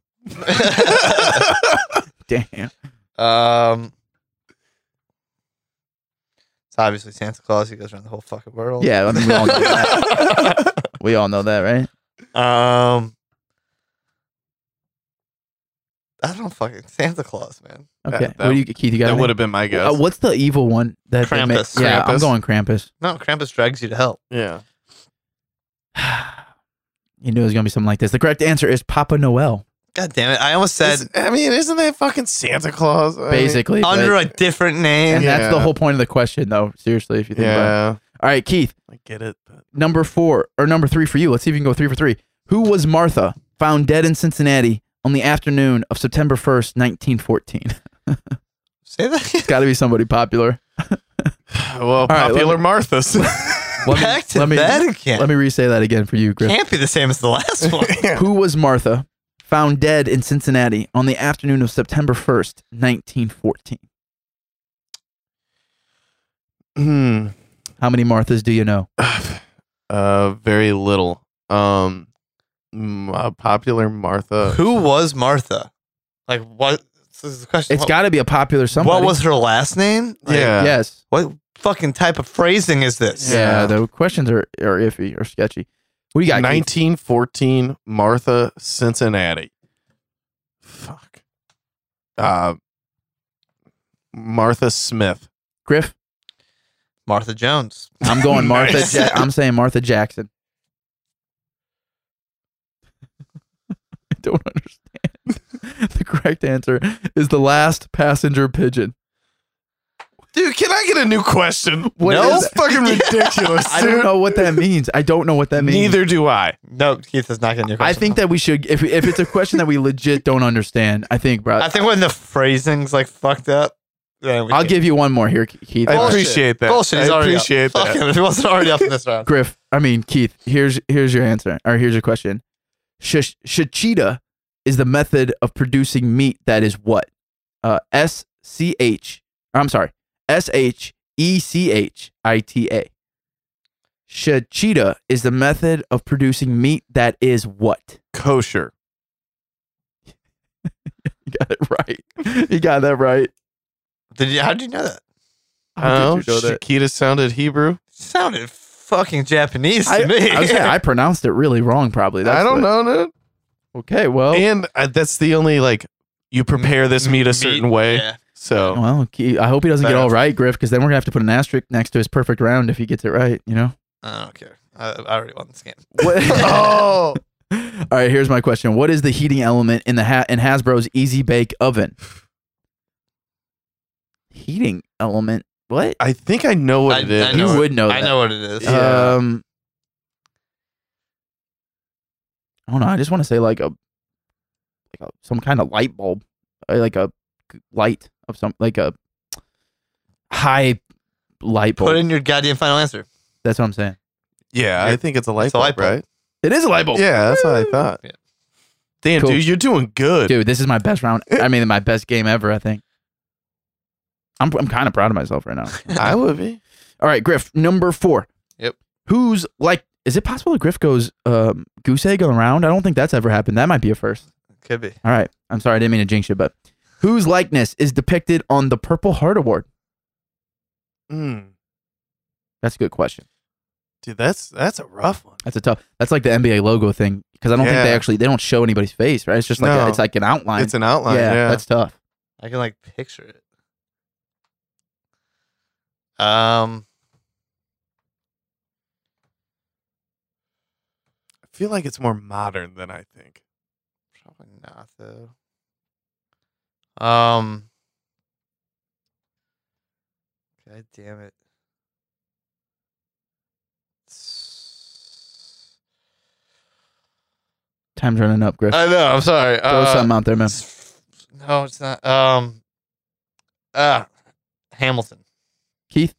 Speaker 2: Damn,
Speaker 3: um, it's obviously Santa Claus. He goes around the whole fucking world.
Speaker 2: Yeah, I mean, we all know
Speaker 3: <laughs>
Speaker 2: we all know that, right?
Speaker 3: um, I don't fucking Santa Claus, man.
Speaker 2: Okay,
Speaker 1: that-
Speaker 2: what do you, Keith? You got
Speaker 1: That
Speaker 2: anything?
Speaker 1: would have been my guess.
Speaker 2: Uh, what's the evil one that they make-
Speaker 3: Krampus.
Speaker 2: Yeah, I'm
Speaker 1: Krampus.
Speaker 2: going Krampus. <sighs>
Speaker 3: No, Krampus drags you to hell.
Speaker 1: yeah.
Speaker 2: you knew it was gonna be something like this. The correct answer is Papa Noel,
Speaker 3: God damn it! I almost said
Speaker 1: Is- I mean, isn't that fucking Santa Claus?
Speaker 2: Uh,
Speaker 1: I mean,
Speaker 2: basically. but-
Speaker 3: under a different name.
Speaker 2: and that's the
Speaker 1: Yeah.
Speaker 2: whole point of the question, though. Seriously, if you think about
Speaker 1: yeah.
Speaker 2: it. All right, Keith,
Speaker 1: I get it. But
Speaker 2: number four or number three for you. Let's see if you can go three for three. Who was Martha found dead in Cincinnati on the afternoon of September 1st, <laughs> 1914?
Speaker 3: Say that.
Speaker 2: it's got to be somebody popular.
Speaker 1: <sighs> well,
Speaker 2: right, let
Speaker 1: popular
Speaker 2: me-
Speaker 1: Martha's. <laughs>
Speaker 2: Let me-
Speaker 3: Back to
Speaker 2: let me-
Speaker 3: that again.
Speaker 2: Let me re say that again for you, Griff.
Speaker 3: Can't be the same as the
Speaker 2: <laughs>
Speaker 3: last one.
Speaker 2: Who was Martha found dead in Cincinnati on the afternoon of September 1st, 1914?
Speaker 1: Hmm. <laughs>
Speaker 2: How many Marthas do you know?
Speaker 1: uh, very little. Um, mm, a popular Martha.
Speaker 3: Who was Martha? Like what? This is the question.
Speaker 2: It's
Speaker 3: what,
Speaker 2: got to be a popular somebody.
Speaker 3: what was her last name? Like,
Speaker 1: Yeah.
Speaker 2: Yes.
Speaker 3: What fucking type of phrasing is this?
Speaker 2: Yeah,
Speaker 1: Yeah.
Speaker 2: the questions are, are iffy or sketchy. What do you got? Keith?
Speaker 1: 1914 Martha Cincinnati. Fuck. Uh, Martha Smith.
Speaker 2: Griff?
Speaker 3: Martha Jones.
Speaker 2: I'm going Martha.
Speaker 3: Nice.
Speaker 2: Ja- I'm saying Martha Jackson. <laughs> I don't understand. <laughs> the correct answer is the last passenger pigeon.
Speaker 1: Dude, can I get a new question?
Speaker 2: What
Speaker 1: no,
Speaker 2: is-
Speaker 1: fucking ridiculous.
Speaker 2: I don't
Speaker 1: dude.
Speaker 2: know what that means. I don't know what that means.
Speaker 1: Neither do I.
Speaker 3: No, Keith is not getting
Speaker 2: I
Speaker 3: your question.
Speaker 2: think that we should, if, if it's a question that we legit don't understand, I think, bro.
Speaker 3: I think when the phrasing's like fucked up, then we
Speaker 2: uh, I'll
Speaker 3: can-
Speaker 2: give you one more here, Keith.
Speaker 1: I
Speaker 3: Bullshit.
Speaker 1: appreciate that.
Speaker 3: Bullshit. He's
Speaker 1: I
Speaker 3: already up.
Speaker 1: appreciate that.
Speaker 3: Fucking, if <laughs> he wasn't already up in
Speaker 2: <laughs>
Speaker 3: this round.
Speaker 2: Griff, I mean Keith. Here's here's your answer, or here's your question. Shish- Shachita is the method of producing meat that is what? Uh, S C H. I'm sorry, S H E C H I T A. Shachita is the method of producing meat that is what?
Speaker 1: Kosher.
Speaker 2: You got it right. You got that right.
Speaker 3: Did you? How did you know that?
Speaker 1: I
Speaker 2: How
Speaker 1: don't
Speaker 2: did
Speaker 1: know.
Speaker 2: you know that?
Speaker 1: Oh, Shakita sounded Hebrew.
Speaker 3: Sounded fucking Japanese to
Speaker 2: I,
Speaker 3: me.
Speaker 2: I was
Speaker 3: <laughs>
Speaker 2: saying, I pronounced it really wrong, probably. That's
Speaker 1: I don't
Speaker 2: what- Oh.
Speaker 1: know, dude.
Speaker 2: Okay, well,
Speaker 1: And uh, that's the only like you prepare this meat a certain way.
Speaker 3: Yeah.
Speaker 1: So
Speaker 2: <laughs> Well, Ke- I hope he doesn't get
Speaker 3: Fair
Speaker 2: all
Speaker 3: enough.
Speaker 2: right, Griff, because then we're gonna have to put an asterisk next to his perfect round if he gets it right. You know.
Speaker 3: I don't care. I, I already won this game.
Speaker 1: <laughs> oh,
Speaker 2: <laughs> all right. Here's my question: What is the heating element in the ha- in Hasbro's Easy Bake Oven? Heating element. What?
Speaker 1: I think I know what
Speaker 3: I-
Speaker 1: it is.
Speaker 3: I
Speaker 2: you
Speaker 3: know it.
Speaker 2: would know.
Speaker 3: I
Speaker 2: Oh, that.
Speaker 3: know what it is.
Speaker 1: Yeah.
Speaker 2: Um. I don't know. I just want to say like a, like a, some kind of light bulb, Uh, like a g- light of some like a high light bulb.
Speaker 3: Put in your goddamn final answer.
Speaker 2: That's what I'm saying.
Speaker 1: yeah, I think it's a light
Speaker 3: It's a
Speaker 1: bulb,
Speaker 3: light bulb.
Speaker 1: right?
Speaker 2: It is a light bulb.
Speaker 1: Yeah, that's what I thought.
Speaker 3: Oh. Yeah.
Speaker 1: Damn,
Speaker 2: Cool.
Speaker 1: dude, you're doing good.
Speaker 2: Dude, this is my best <laughs> round. I mean, my best game ever, I think. I'm, I'm kind of proud of myself right <laughs> now.
Speaker 1: I would be.
Speaker 2: All right, Griff, number four.
Speaker 3: Yep.
Speaker 2: Who's like, is it possible that Griff goes um, goose egg on the round? I don't think that's ever happened. That might be a first.
Speaker 3: Could be.
Speaker 2: All right. I'm sorry. I didn't mean to jinx it, but whose likeness is depicted on the Purple Heart Award?
Speaker 1: Mm.
Speaker 2: That's a good question.
Speaker 1: Dude, that's that's a rough one.
Speaker 2: That's a tough. That's like the NBA logo thing because I don't think they
Speaker 1: Yeah.
Speaker 2: actually they don't show anybody's face, right? It's just like a-
Speaker 1: No.
Speaker 2: it's like an outline.
Speaker 1: It's an outline. Yeah,
Speaker 2: that's tough.
Speaker 3: I can like picture it. Um,
Speaker 1: I feel like it's more modern than I think.
Speaker 3: probably not though. Um, god damn it.
Speaker 2: Time's running up, Griff.
Speaker 3: I know. I'm sorry.
Speaker 2: Throw
Speaker 3: Uh,
Speaker 2: something out there, man.
Speaker 3: No, it's not. Um, uh, Hamilton.
Speaker 2: Keith,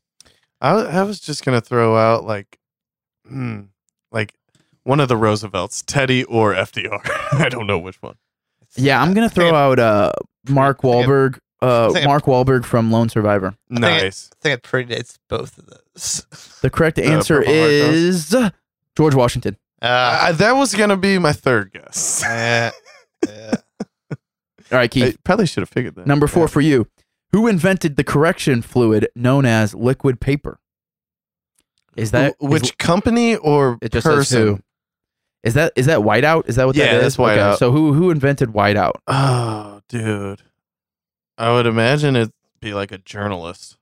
Speaker 1: I, I was just gonna throw out like, hmm, like one of the Roosevelts, Teddy or FDR. <laughs> I don't know which one.
Speaker 2: yeah, I'm gonna throw
Speaker 3: Think it-
Speaker 2: out uh Mark
Speaker 3: Think it-
Speaker 2: Wahlberg, uh
Speaker 3: think it-
Speaker 2: Mark Wahlberg from Lone Survivor.
Speaker 3: think it-
Speaker 1: Nice.
Speaker 3: I think it predates both of those. <laughs>
Speaker 2: The correct
Speaker 1: Uh,
Speaker 2: answer
Speaker 1: Purple Heart
Speaker 2: is George Washington.
Speaker 3: Uh,
Speaker 1: I, that was gonna be my third
Speaker 3: <laughs>
Speaker 1: guess.
Speaker 3: yeah, yeah.
Speaker 2: All right, Keith.
Speaker 1: I probably should have figured that.
Speaker 2: Number four
Speaker 1: Yeah.
Speaker 2: for you. Who invented the correction fluid known as liquid paper? Is that
Speaker 1: Wh- which
Speaker 2: is-
Speaker 1: company or
Speaker 2: it just
Speaker 1: person?
Speaker 2: says who? Is that is that whiteout? Is that what
Speaker 1: Yeah,
Speaker 2: that is?
Speaker 1: that's whiteout.
Speaker 2: so who who invented whiteout?
Speaker 1: Oh, dude. I would imagine it'd be like a journalist.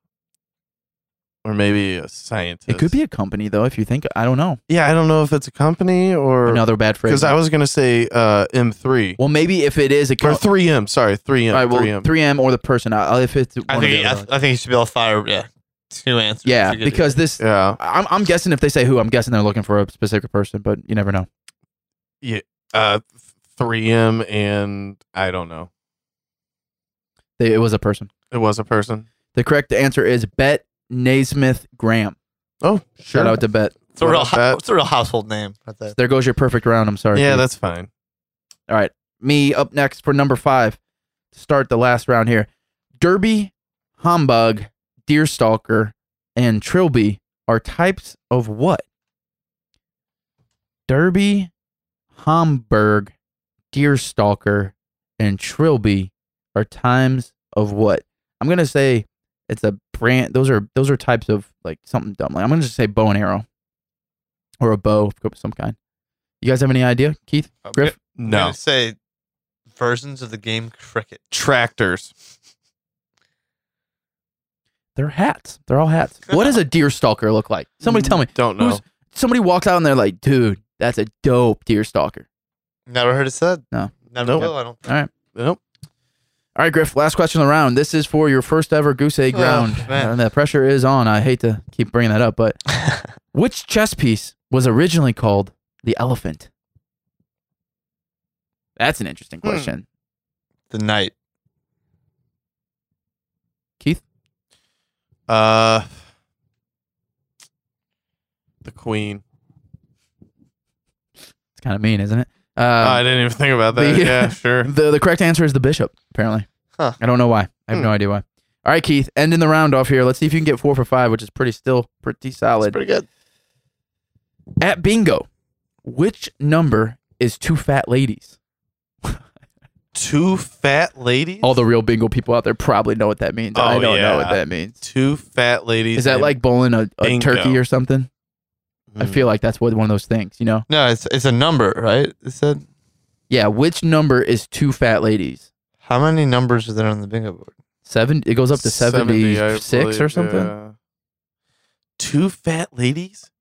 Speaker 1: Or maybe a scientist.
Speaker 2: It could be a company though, if you think. I don't know.
Speaker 1: Yeah, I don't know if it's a company or
Speaker 2: Another bad phrase.
Speaker 1: because I was gonna say uh, M three
Speaker 2: well, maybe if it is a
Speaker 1: or
Speaker 2: company.
Speaker 1: three M. Sorry, three M.
Speaker 2: All right, well, 3M.
Speaker 1: 3M.
Speaker 2: or the person. I, if it's
Speaker 3: I
Speaker 2: one
Speaker 3: think
Speaker 2: of
Speaker 3: I,
Speaker 2: the
Speaker 3: I think you should be able to fire yeah two answers.
Speaker 2: yeah,
Speaker 3: You could do
Speaker 2: because
Speaker 3: that.
Speaker 2: this.
Speaker 1: Yeah,
Speaker 2: I'm, I'm guessing if they say who, I'm guessing they're looking for a specific person, but you never know.
Speaker 1: uh, three M and I don't know.
Speaker 2: They, it was a person.
Speaker 1: It was a person.
Speaker 2: The correct answer is Bet Naismith Graham.
Speaker 1: Oh, sure.
Speaker 2: Shout out to Bet.
Speaker 3: it's a real
Speaker 1: about that?
Speaker 3: hou- it's a real household name. Right there.
Speaker 2: There goes your perfect round. I'm sorry.
Speaker 1: yeah,
Speaker 2: Keith.
Speaker 1: that's fine.
Speaker 2: all right. Me up next for number five to start the last round here. Derby, Humbug, Deerstalker, and Trilby are types of what? Derby, Homburg, Deerstalker, and Trilby are times of what? I'm gonna say it's a brand. Those are those are types of like something dumb. Like I'm gonna just say bow and arrow, or a bow of some kind. You guys have any idea, Keith? Griff?
Speaker 3: I'm gonna
Speaker 1: No
Speaker 3: say versions of the game cricket.
Speaker 1: tractors.
Speaker 2: They're hats. They're all hats. <laughs> Mm. What does a deer stalker look like? Somebody tell me.
Speaker 1: Don't know.
Speaker 2: Who's- Somebody walks out and they're like, dude, that's a dope deer stalker.
Speaker 3: Never heard it said.
Speaker 2: No.
Speaker 3: Never
Speaker 1: Nope.
Speaker 3: will. I don't. think.
Speaker 2: All right.
Speaker 1: Nope.
Speaker 2: All right, Griff, last question of the round. This is for your first ever goose egg
Speaker 3: Oh,
Speaker 2: round.
Speaker 3: man.
Speaker 2: And the pressure is on. I hate to keep bringing that up, but which chess piece was originally called the elephant? That's an interesting
Speaker 1: Hmm.
Speaker 2: question.
Speaker 3: <laughs> the night.
Speaker 2: Keith?
Speaker 1: Uh, the Queen.
Speaker 2: It's kind of mean, isn't it? Uh,
Speaker 1: Oh, I didn't even think about that.
Speaker 2: <laughs> the-
Speaker 1: yeah, sure.
Speaker 2: The the correct answer is the bishop, apparently.
Speaker 3: Huh.
Speaker 2: I don't know why. I have
Speaker 1: Hmm.
Speaker 2: no idea why. All right, Keith, ending the round off here. Let's see if you can get four for five, which is pretty still pretty solid.
Speaker 3: Pretty good.
Speaker 2: At bingo, which number is two fat ladies?
Speaker 1: Two fat ladies.
Speaker 2: All the real bingo people out there probably know what that means.
Speaker 1: Oh,
Speaker 2: I don't know what
Speaker 1: yeah.
Speaker 2: that means.
Speaker 1: two fat ladies.
Speaker 2: Is that
Speaker 1: named-
Speaker 2: like bowling a, a
Speaker 1: bingo.
Speaker 2: turkey or something? I
Speaker 1: Hmm.
Speaker 2: feel like that's what one of those things, you know?
Speaker 3: No, it's it's a number, right? It said
Speaker 2: Yeah, which number is two fat ladies?
Speaker 3: how many numbers are there on the bingo board?
Speaker 2: Seven it goes up to
Speaker 1: 70, Mm, I
Speaker 2: 76 or
Speaker 1: believe,
Speaker 2: something.
Speaker 1: yeah. Two fat ladies.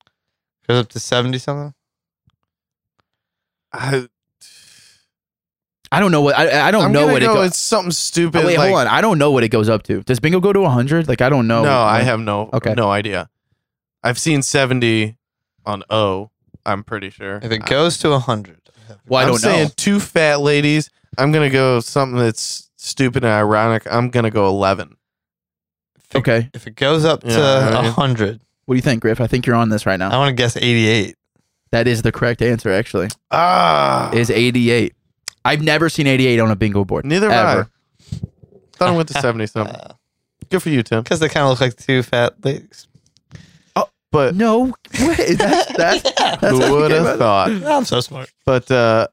Speaker 3: Goes up to seventy something.
Speaker 1: I,
Speaker 2: I don't know what I, I don't
Speaker 1: I'm
Speaker 2: know
Speaker 1: gonna
Speaker 2: what it
Speaker 1: go-
Speaker 2: goes.
Speaker 1: It's something stupid.
Speaker 2: Oh, wait,
Speaker 1: like-
Speaker 2: hold on. I don't know what it goes up to. Does bingo go to 100? Like, I don't know. Uh,
Speaker 1: No, I have no
Speaker 2: Okay.
Speaker 1: no idea. I've seen 70 on O, I'm pretty sure.
Speaker 3: If it goes to hundred,
Speaker 2: Well, I
Speaker 1: I'm
Speaker 2: don't
Speaker 1: saying
Speaker 2: know.
Speaker 1: two fat ladies. I'm going to go something that's stupid and ironic. I'm going to go 11.
Speaker 2: Okay.
Speaker 3: if it goes up to
Speaker 1: Yeah, okay.
Speaker 3: a hundred,
Speaker 2: What do you think, Griff? I think you're on this right
Speaker 3: I
Speaker 2: now.
Speaker 3: want to guess eighty-eight.
Speaker 2: That is the correct answer, actually,
Speaker 1: Ah.
Speaker 2: is 88. I've never seen 88 on a bingo board.
Speaker 1: neither
Speaker 2: ever.
Speaker 1: have I. Thought I went to 70
Speaker 2: <laughs>
Speaker 1: something.
Speaker 3: Because
Speaker 1: Good for you, Tim.
Speaker 3: Uh, they kind of look like two fat ladies.
Speaker 1: But
Speaker 2: No <laughs> way. That's, that's,
Speaker 3: <laughs> Yeah.
Speaker 2: that's
Speaker 1: who would have thought?
Speaker 3: I'm so smart.
Speaker 1: But uh,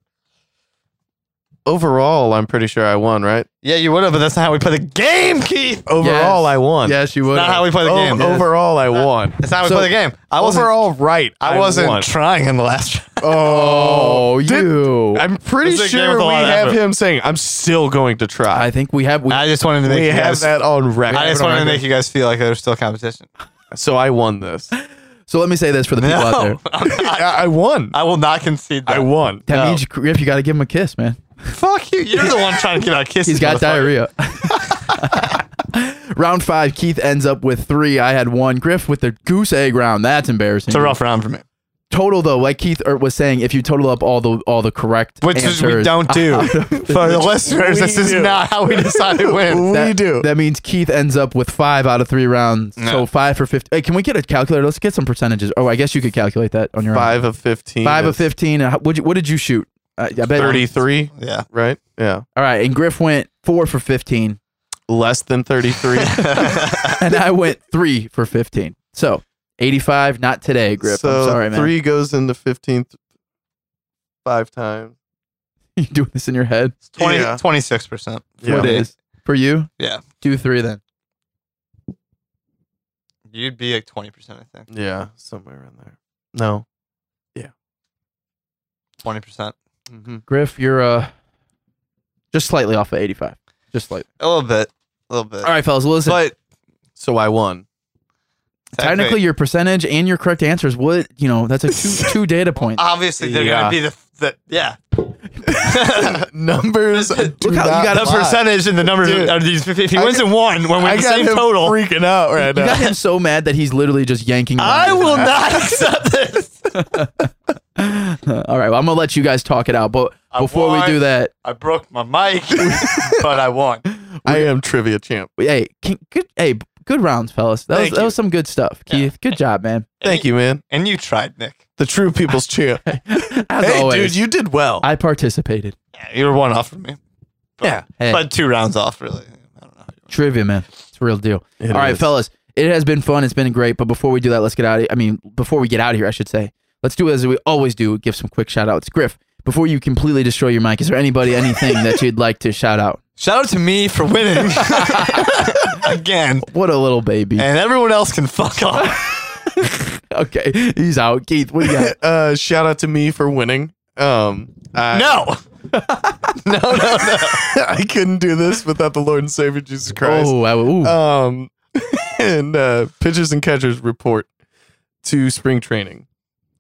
Speaker 1: overall, I'm pretty sure I won, right?
Speaker 3: Yeah, you would have, but that's not how we play the game, Keith.
Speaker 1: Overall, I won.
Speaker 2: Yes, you would.
Speaker 3: not how we play the
Speaker 1: O-
Speaker 3: game.
Speaker 1: Oh, Overall, I won.
Speaker 3: That's not how we
Speaker 2: Oh, So-
Speaker 3: play the game. I wasn't.
Speaker 1: overall, right.
Speaker 3: I wasn't
Speaker 1: won.
Speaker 3: trying in the last. round.
Speaker 2: Oh,
Speaker 1: Did-
Speaker 2: you.
Speaker 1: I'm pretty
Speaker 3: This is a game
Speaker 1: sure
Speaker 3: with a
Speaker 1: we
Speaker 3: lot of
Speaker 1: have
Speaker 3: effort.
Speaker 1: him saying, "I'm still going to try."
Speaker 2: I think we have. We,
Speaker 3: I just wanted to
Speaker 1: we
Speaker 3: make you
Speaker 1: have
Speaker 3: guys.
Speaker 1: that on
Speaker 3: I
Speaker 1: record.
Speaker 3: just
Speaker 2: it on
Speaker 3: wanted
Speaker 2: record.
Speaker 3: to make you guys feel like there was still competition.
Speaker 1: So I won
Speaker 3: <laughs>
Speaker 1: this.
Speaker 2: So let me say this for the <laughs> people out there.
Speaker 3: I'm not-
Speaker 1: I, I won.
Speaker 3: I will not concede that.
Speaker 1: I won.
Speaker 2: That
Speaker 3: No.
Speaker 2: means Griff, you got to give him a kiss, man.
Speaker 3: Fuck you. You're the one trying
Speaker 2: <laughs>
Speaker 3: to get out kisses.
Speaker 2: He's got
Speaker 3: <laughs> motherfucker.
Speaker 2: diarrhea. <laughs> round five, Keith ends up with three. I had one. Griff with the goose egg round. That's embarrassing.
Speaker 3: It's a rough round for me.
Speaker 2: total though, like Keith er- was saying, if you total up all the all the correct
Speaker 3: Which
Speaker 2: answers,
Speaker 3: is we don't do.
Speaker 2: <laughs>
Speaker 3: for the listeners, this
Speaker 1: We
Speaker 3: is
Speaker 1: do.
Speaker 3: not how we decide who wins.
Speaker 2: that,
Speaker 1: we do.
Speaker 2: That means Keith ends up with five out of three rounds.
Speaker 3: No.
Speaker 2: So five for fifty. Hey, can we get a calculator? Let's get some percentages. Oh, I guess you could calculate that on your
Speaker 1: five of fifteen.
Speaker 2: own. Five of
Speaker 1: is
Speaker 2: fifteen. And how- what'd you- What did you shoot? Uh, I bet
Speaker 1: Thirty-three.
Speaker 3: <laughs> Yeah.
Speaker 1: Right. Yeah.
Speaker 2: All right, and Griff went four for fifteen,
Speaker 1: Less than <laughs> thirty-three.
Speaker 2: and I
Speaker 1: <laughs>
Speaker 2: went three for fifteen. So eighty-five. Not today, Griff.
Speaker 1: so
Speaker 2: I'm sorry, man.
Speaker 1: three goes into fifteen th- five times.
Speaker 2: <laughs> You doing this in your head?
Speaker 3: 20,
Speaker 1: Yeah.
Speaker 3: 26%.
Speaker 1: Yeah.
Speaker 2: What
Speaker 3: Today.
Speaker 2: is for you?
Speaker 3: Yeah.
Speaker 2: Do three then.
Speaker 3: You'd be like 20%, I think.
Speaker 1: Yeah, somewhere around there. No.
Speaker 3: 20%.
Speaker 1: hmm
Speaker 2: Griff, you're uh just slightly off of 85. Just slightly.
Speaker 3: A little bit. A little bit.
Speaker 2: All right, fellas, listen.
Speaker 3: But
Speaker 1: So I won.
Speaker 2: technically, your percentage and your correct answers would, you know, that's a two, two data point.
Speaker 3: obviously, they're
Speaker 1: Yeah.
Speaker 3: going to be the, the
Speaker 1: <laughs>
Speaker 3: yeah.
Speaker 1: <coughs> Numbers. do
Speaker 2: Look how you
Speaker 1: not
Speaker 2: got
Speaker 3: the
Speaker 2: a
Speaker 1: lie.
Speaker 3: percentage and the numbers
Speaker 1: Dude.
Speaker 3: are these. If he
Speaker 1: I
Speaker 3: wins in one, when we
Speaker 1: I
Speaker 3: have the
Speaker 1: got
Speaker 3: same
Speaker 1: him
Speaker 3: total, uh,
Speaker 1: freaking out <laughs> right
Speaker 2: You
Speaker 1: now.
Speaker 2: got him so mad that he's literally just yanking.
Speaker 3: I
Speaker 2: around. <laughs>
Speaker 3: will not accept this.
Speaker 2: All right, well, I'm gonna let you guys talk it out, but
Speaker 3: I
Speaker 2: before we
Speaker 3: won.
Speaker 2: do that,
Speaker 3: I broke
Speaker 1: <laughs>
Speaker 3: my mic, but I won.
Speaker 1: I am trivia champ.
Speaker 2: hey, can, good, hey, good rounds, fellas. That was,
Speaker 1: Thank
Speaker 2: that
Speaker 1: you.
Speaker 2: was some good stuff,
Speaker 3: Yeah.
Speaker 2: Keith. Good job, man.
Speaker 1: Thank you, man.
Speaker 3: And you tried, Nick.
Speaker 1: The true people's champ.
Speaker 2: As
Speaker 1: <laughs> hey,
Speaker 2: always,
Speaker 1: dude, you did well. <laughs>
Speaker 2: I participated.
Speaker 3: Yeah, you were one off from me. But,
Speaker 1: Yeah.
Speaker 2: Hey.
Speaker 3: But two rounds off, really. I don't know.
Speaker 2: Trivia, man, it's a real deal.
Speaker 1: It
Speaker 2: All right,
Speaker 1: is.
Speaker 2: fellas, it has been fun. It's been great. But before we do that, let's get out. Of, I mean, before we get out of here, I should say, let's do as we always do. Give some quick shout outs. Griff, before you completely destroy your mic, is there anybody, anything that you'd like to shout out?
Speaker 3: Shout out to me
Speaker 1: <laughs>
Speaker 3: for winning <laughs> again.
Speaker 2: What a little baby.
Speaker 3: And everyone else can fuck off.
Speaker 2: okay, he's out. Keith, what do you
Speaker 1: <laughs>
Speaker 2: got?
Speaker 1: uh, shout out to me for winning. Um, I, <laughs>
Speaker 3: No. <laughs> no, no, no.
Speaker 1: I couldn't do this without the Lord and Savior Jesus Christ.
Speaker 2: Oh, I,
Speaker 1: <laughs>
Speaker 2: ooh.
Speaker 1: Um, and uh, pitchers and catchers report to spring training.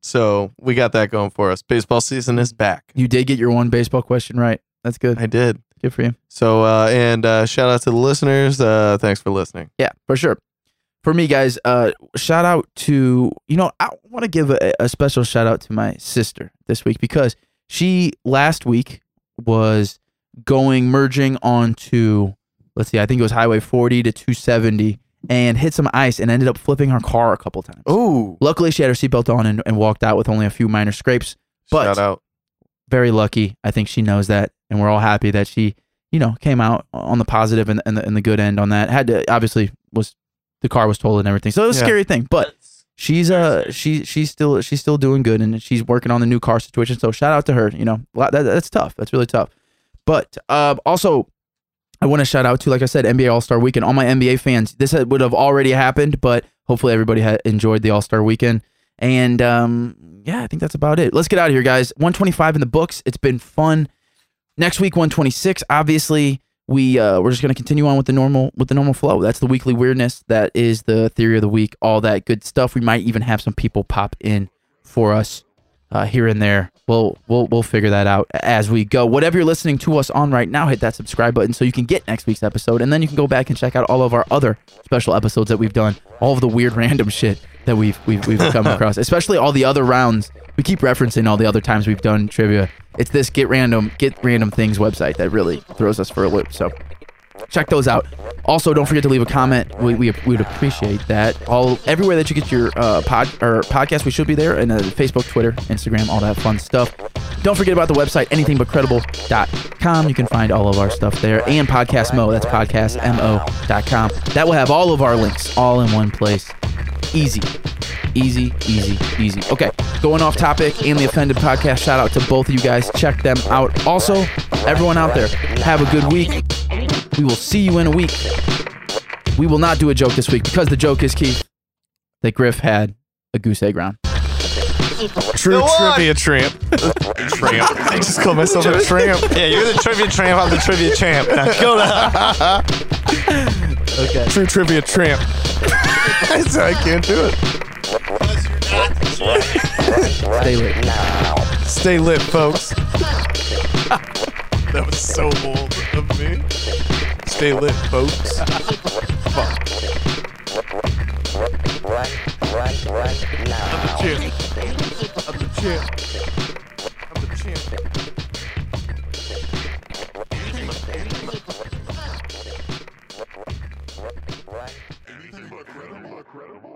Speaker 1: So we got that going for us. Baseball season is back.
Speaker 2: you did get your one baseball question right. That's good.
Speaker 1: I did.
Speaker 2: Good for you.
Speaker 1: So uh, and uh, shout out to the listeners. Uh, thanks for listening.
Speaker 2: Yeah, for sure. For me, guys, uh, shout out to you know I want to give a, a special shout out to my sister this week because she last week was going merging onto let's see, I think it was Highway 40 to 270 and hit some ice and ended up flipping her car a couple times.
Speaker 1: Oh,
Speaker 2: Luckily, she had her seatbelt on and, and walked out with only a few minor scrapes. But-
Speaker 1: shout out.
Speaker 2: Very lucky. I think she knows that, and we're all happy that she you know came out on the positive and and the, and the good end on that. Had to obviously was the car was totaled and everything, so it was a
Speaker 1: Yeah.
Speaker 2: scary thing, but she's uh she she's still she's still doing good and she's working on the new car situation so shout out to her you know Lot- that, that's tough that's really tough but uh also i want to shout out to like i said nba all-star weekend all my nba fans this had- would have already happened but hopefully everybody had enjoyed the all-star weekend and um yeah i think that's about it let's get out of here guys 125 in the books it's been fun next week 126 obviously we uh, we're just going to continue on with the normal with the normal flow that's the weekly weirdness that is the theory of the week all that good stuff we might even have some people pop in for us uh, here and there we'll we'll we'll figure that out as we go whatever you're listening to us on right now hit that subscribe button so you can get next week's episode and then you can go back and check out all of our other special episodes that we've done all of the weird <laughs> random shit that we've we've, we've come across especially all the other rounds we keep referencing all the other times we've done trivia it's this get random get random things website that really throws us for a loop so check those out also don't forget to leave a comment we, we we'd appreciate that all everywhere that you get your uh, pod or podcast we should be there and uh, facebook twitter instagram all that fun stuff don't forget about the website anythingbutcredible.com you can find all of our stuff there and podcast mo that's podcastmo.com that will have all of our links all in one place easy easy easy easy okay going off topic and the offended podcast shout out to both of you guys check them out also everyone out there have a good week we will see you in a week. We will not do a joke this week because the joke is Keith that Griff had a goose egg round.
Speaker 1: True
Speaker 3: Go on.
Speaker 1: trivia tramp. tramp. I just called myself a tramp.
Speaker 3: Yeah, you're the trivia tramp. I'm the trivia <laughs> champ. Now go to
Speaker 1: True trivia tramp.
Speaker 3: <laughs> I can't do it.
Speaker 2: Stay lit.
Speaker 3: Stay lit, folks. that was so bold of me. Stay lit, folks.
Speaker 5: Right, right, right now.
Speaker 3: I'm the champ. I'm the champ.
Speaker 5: Right.
Speaker 6: Anything but credible.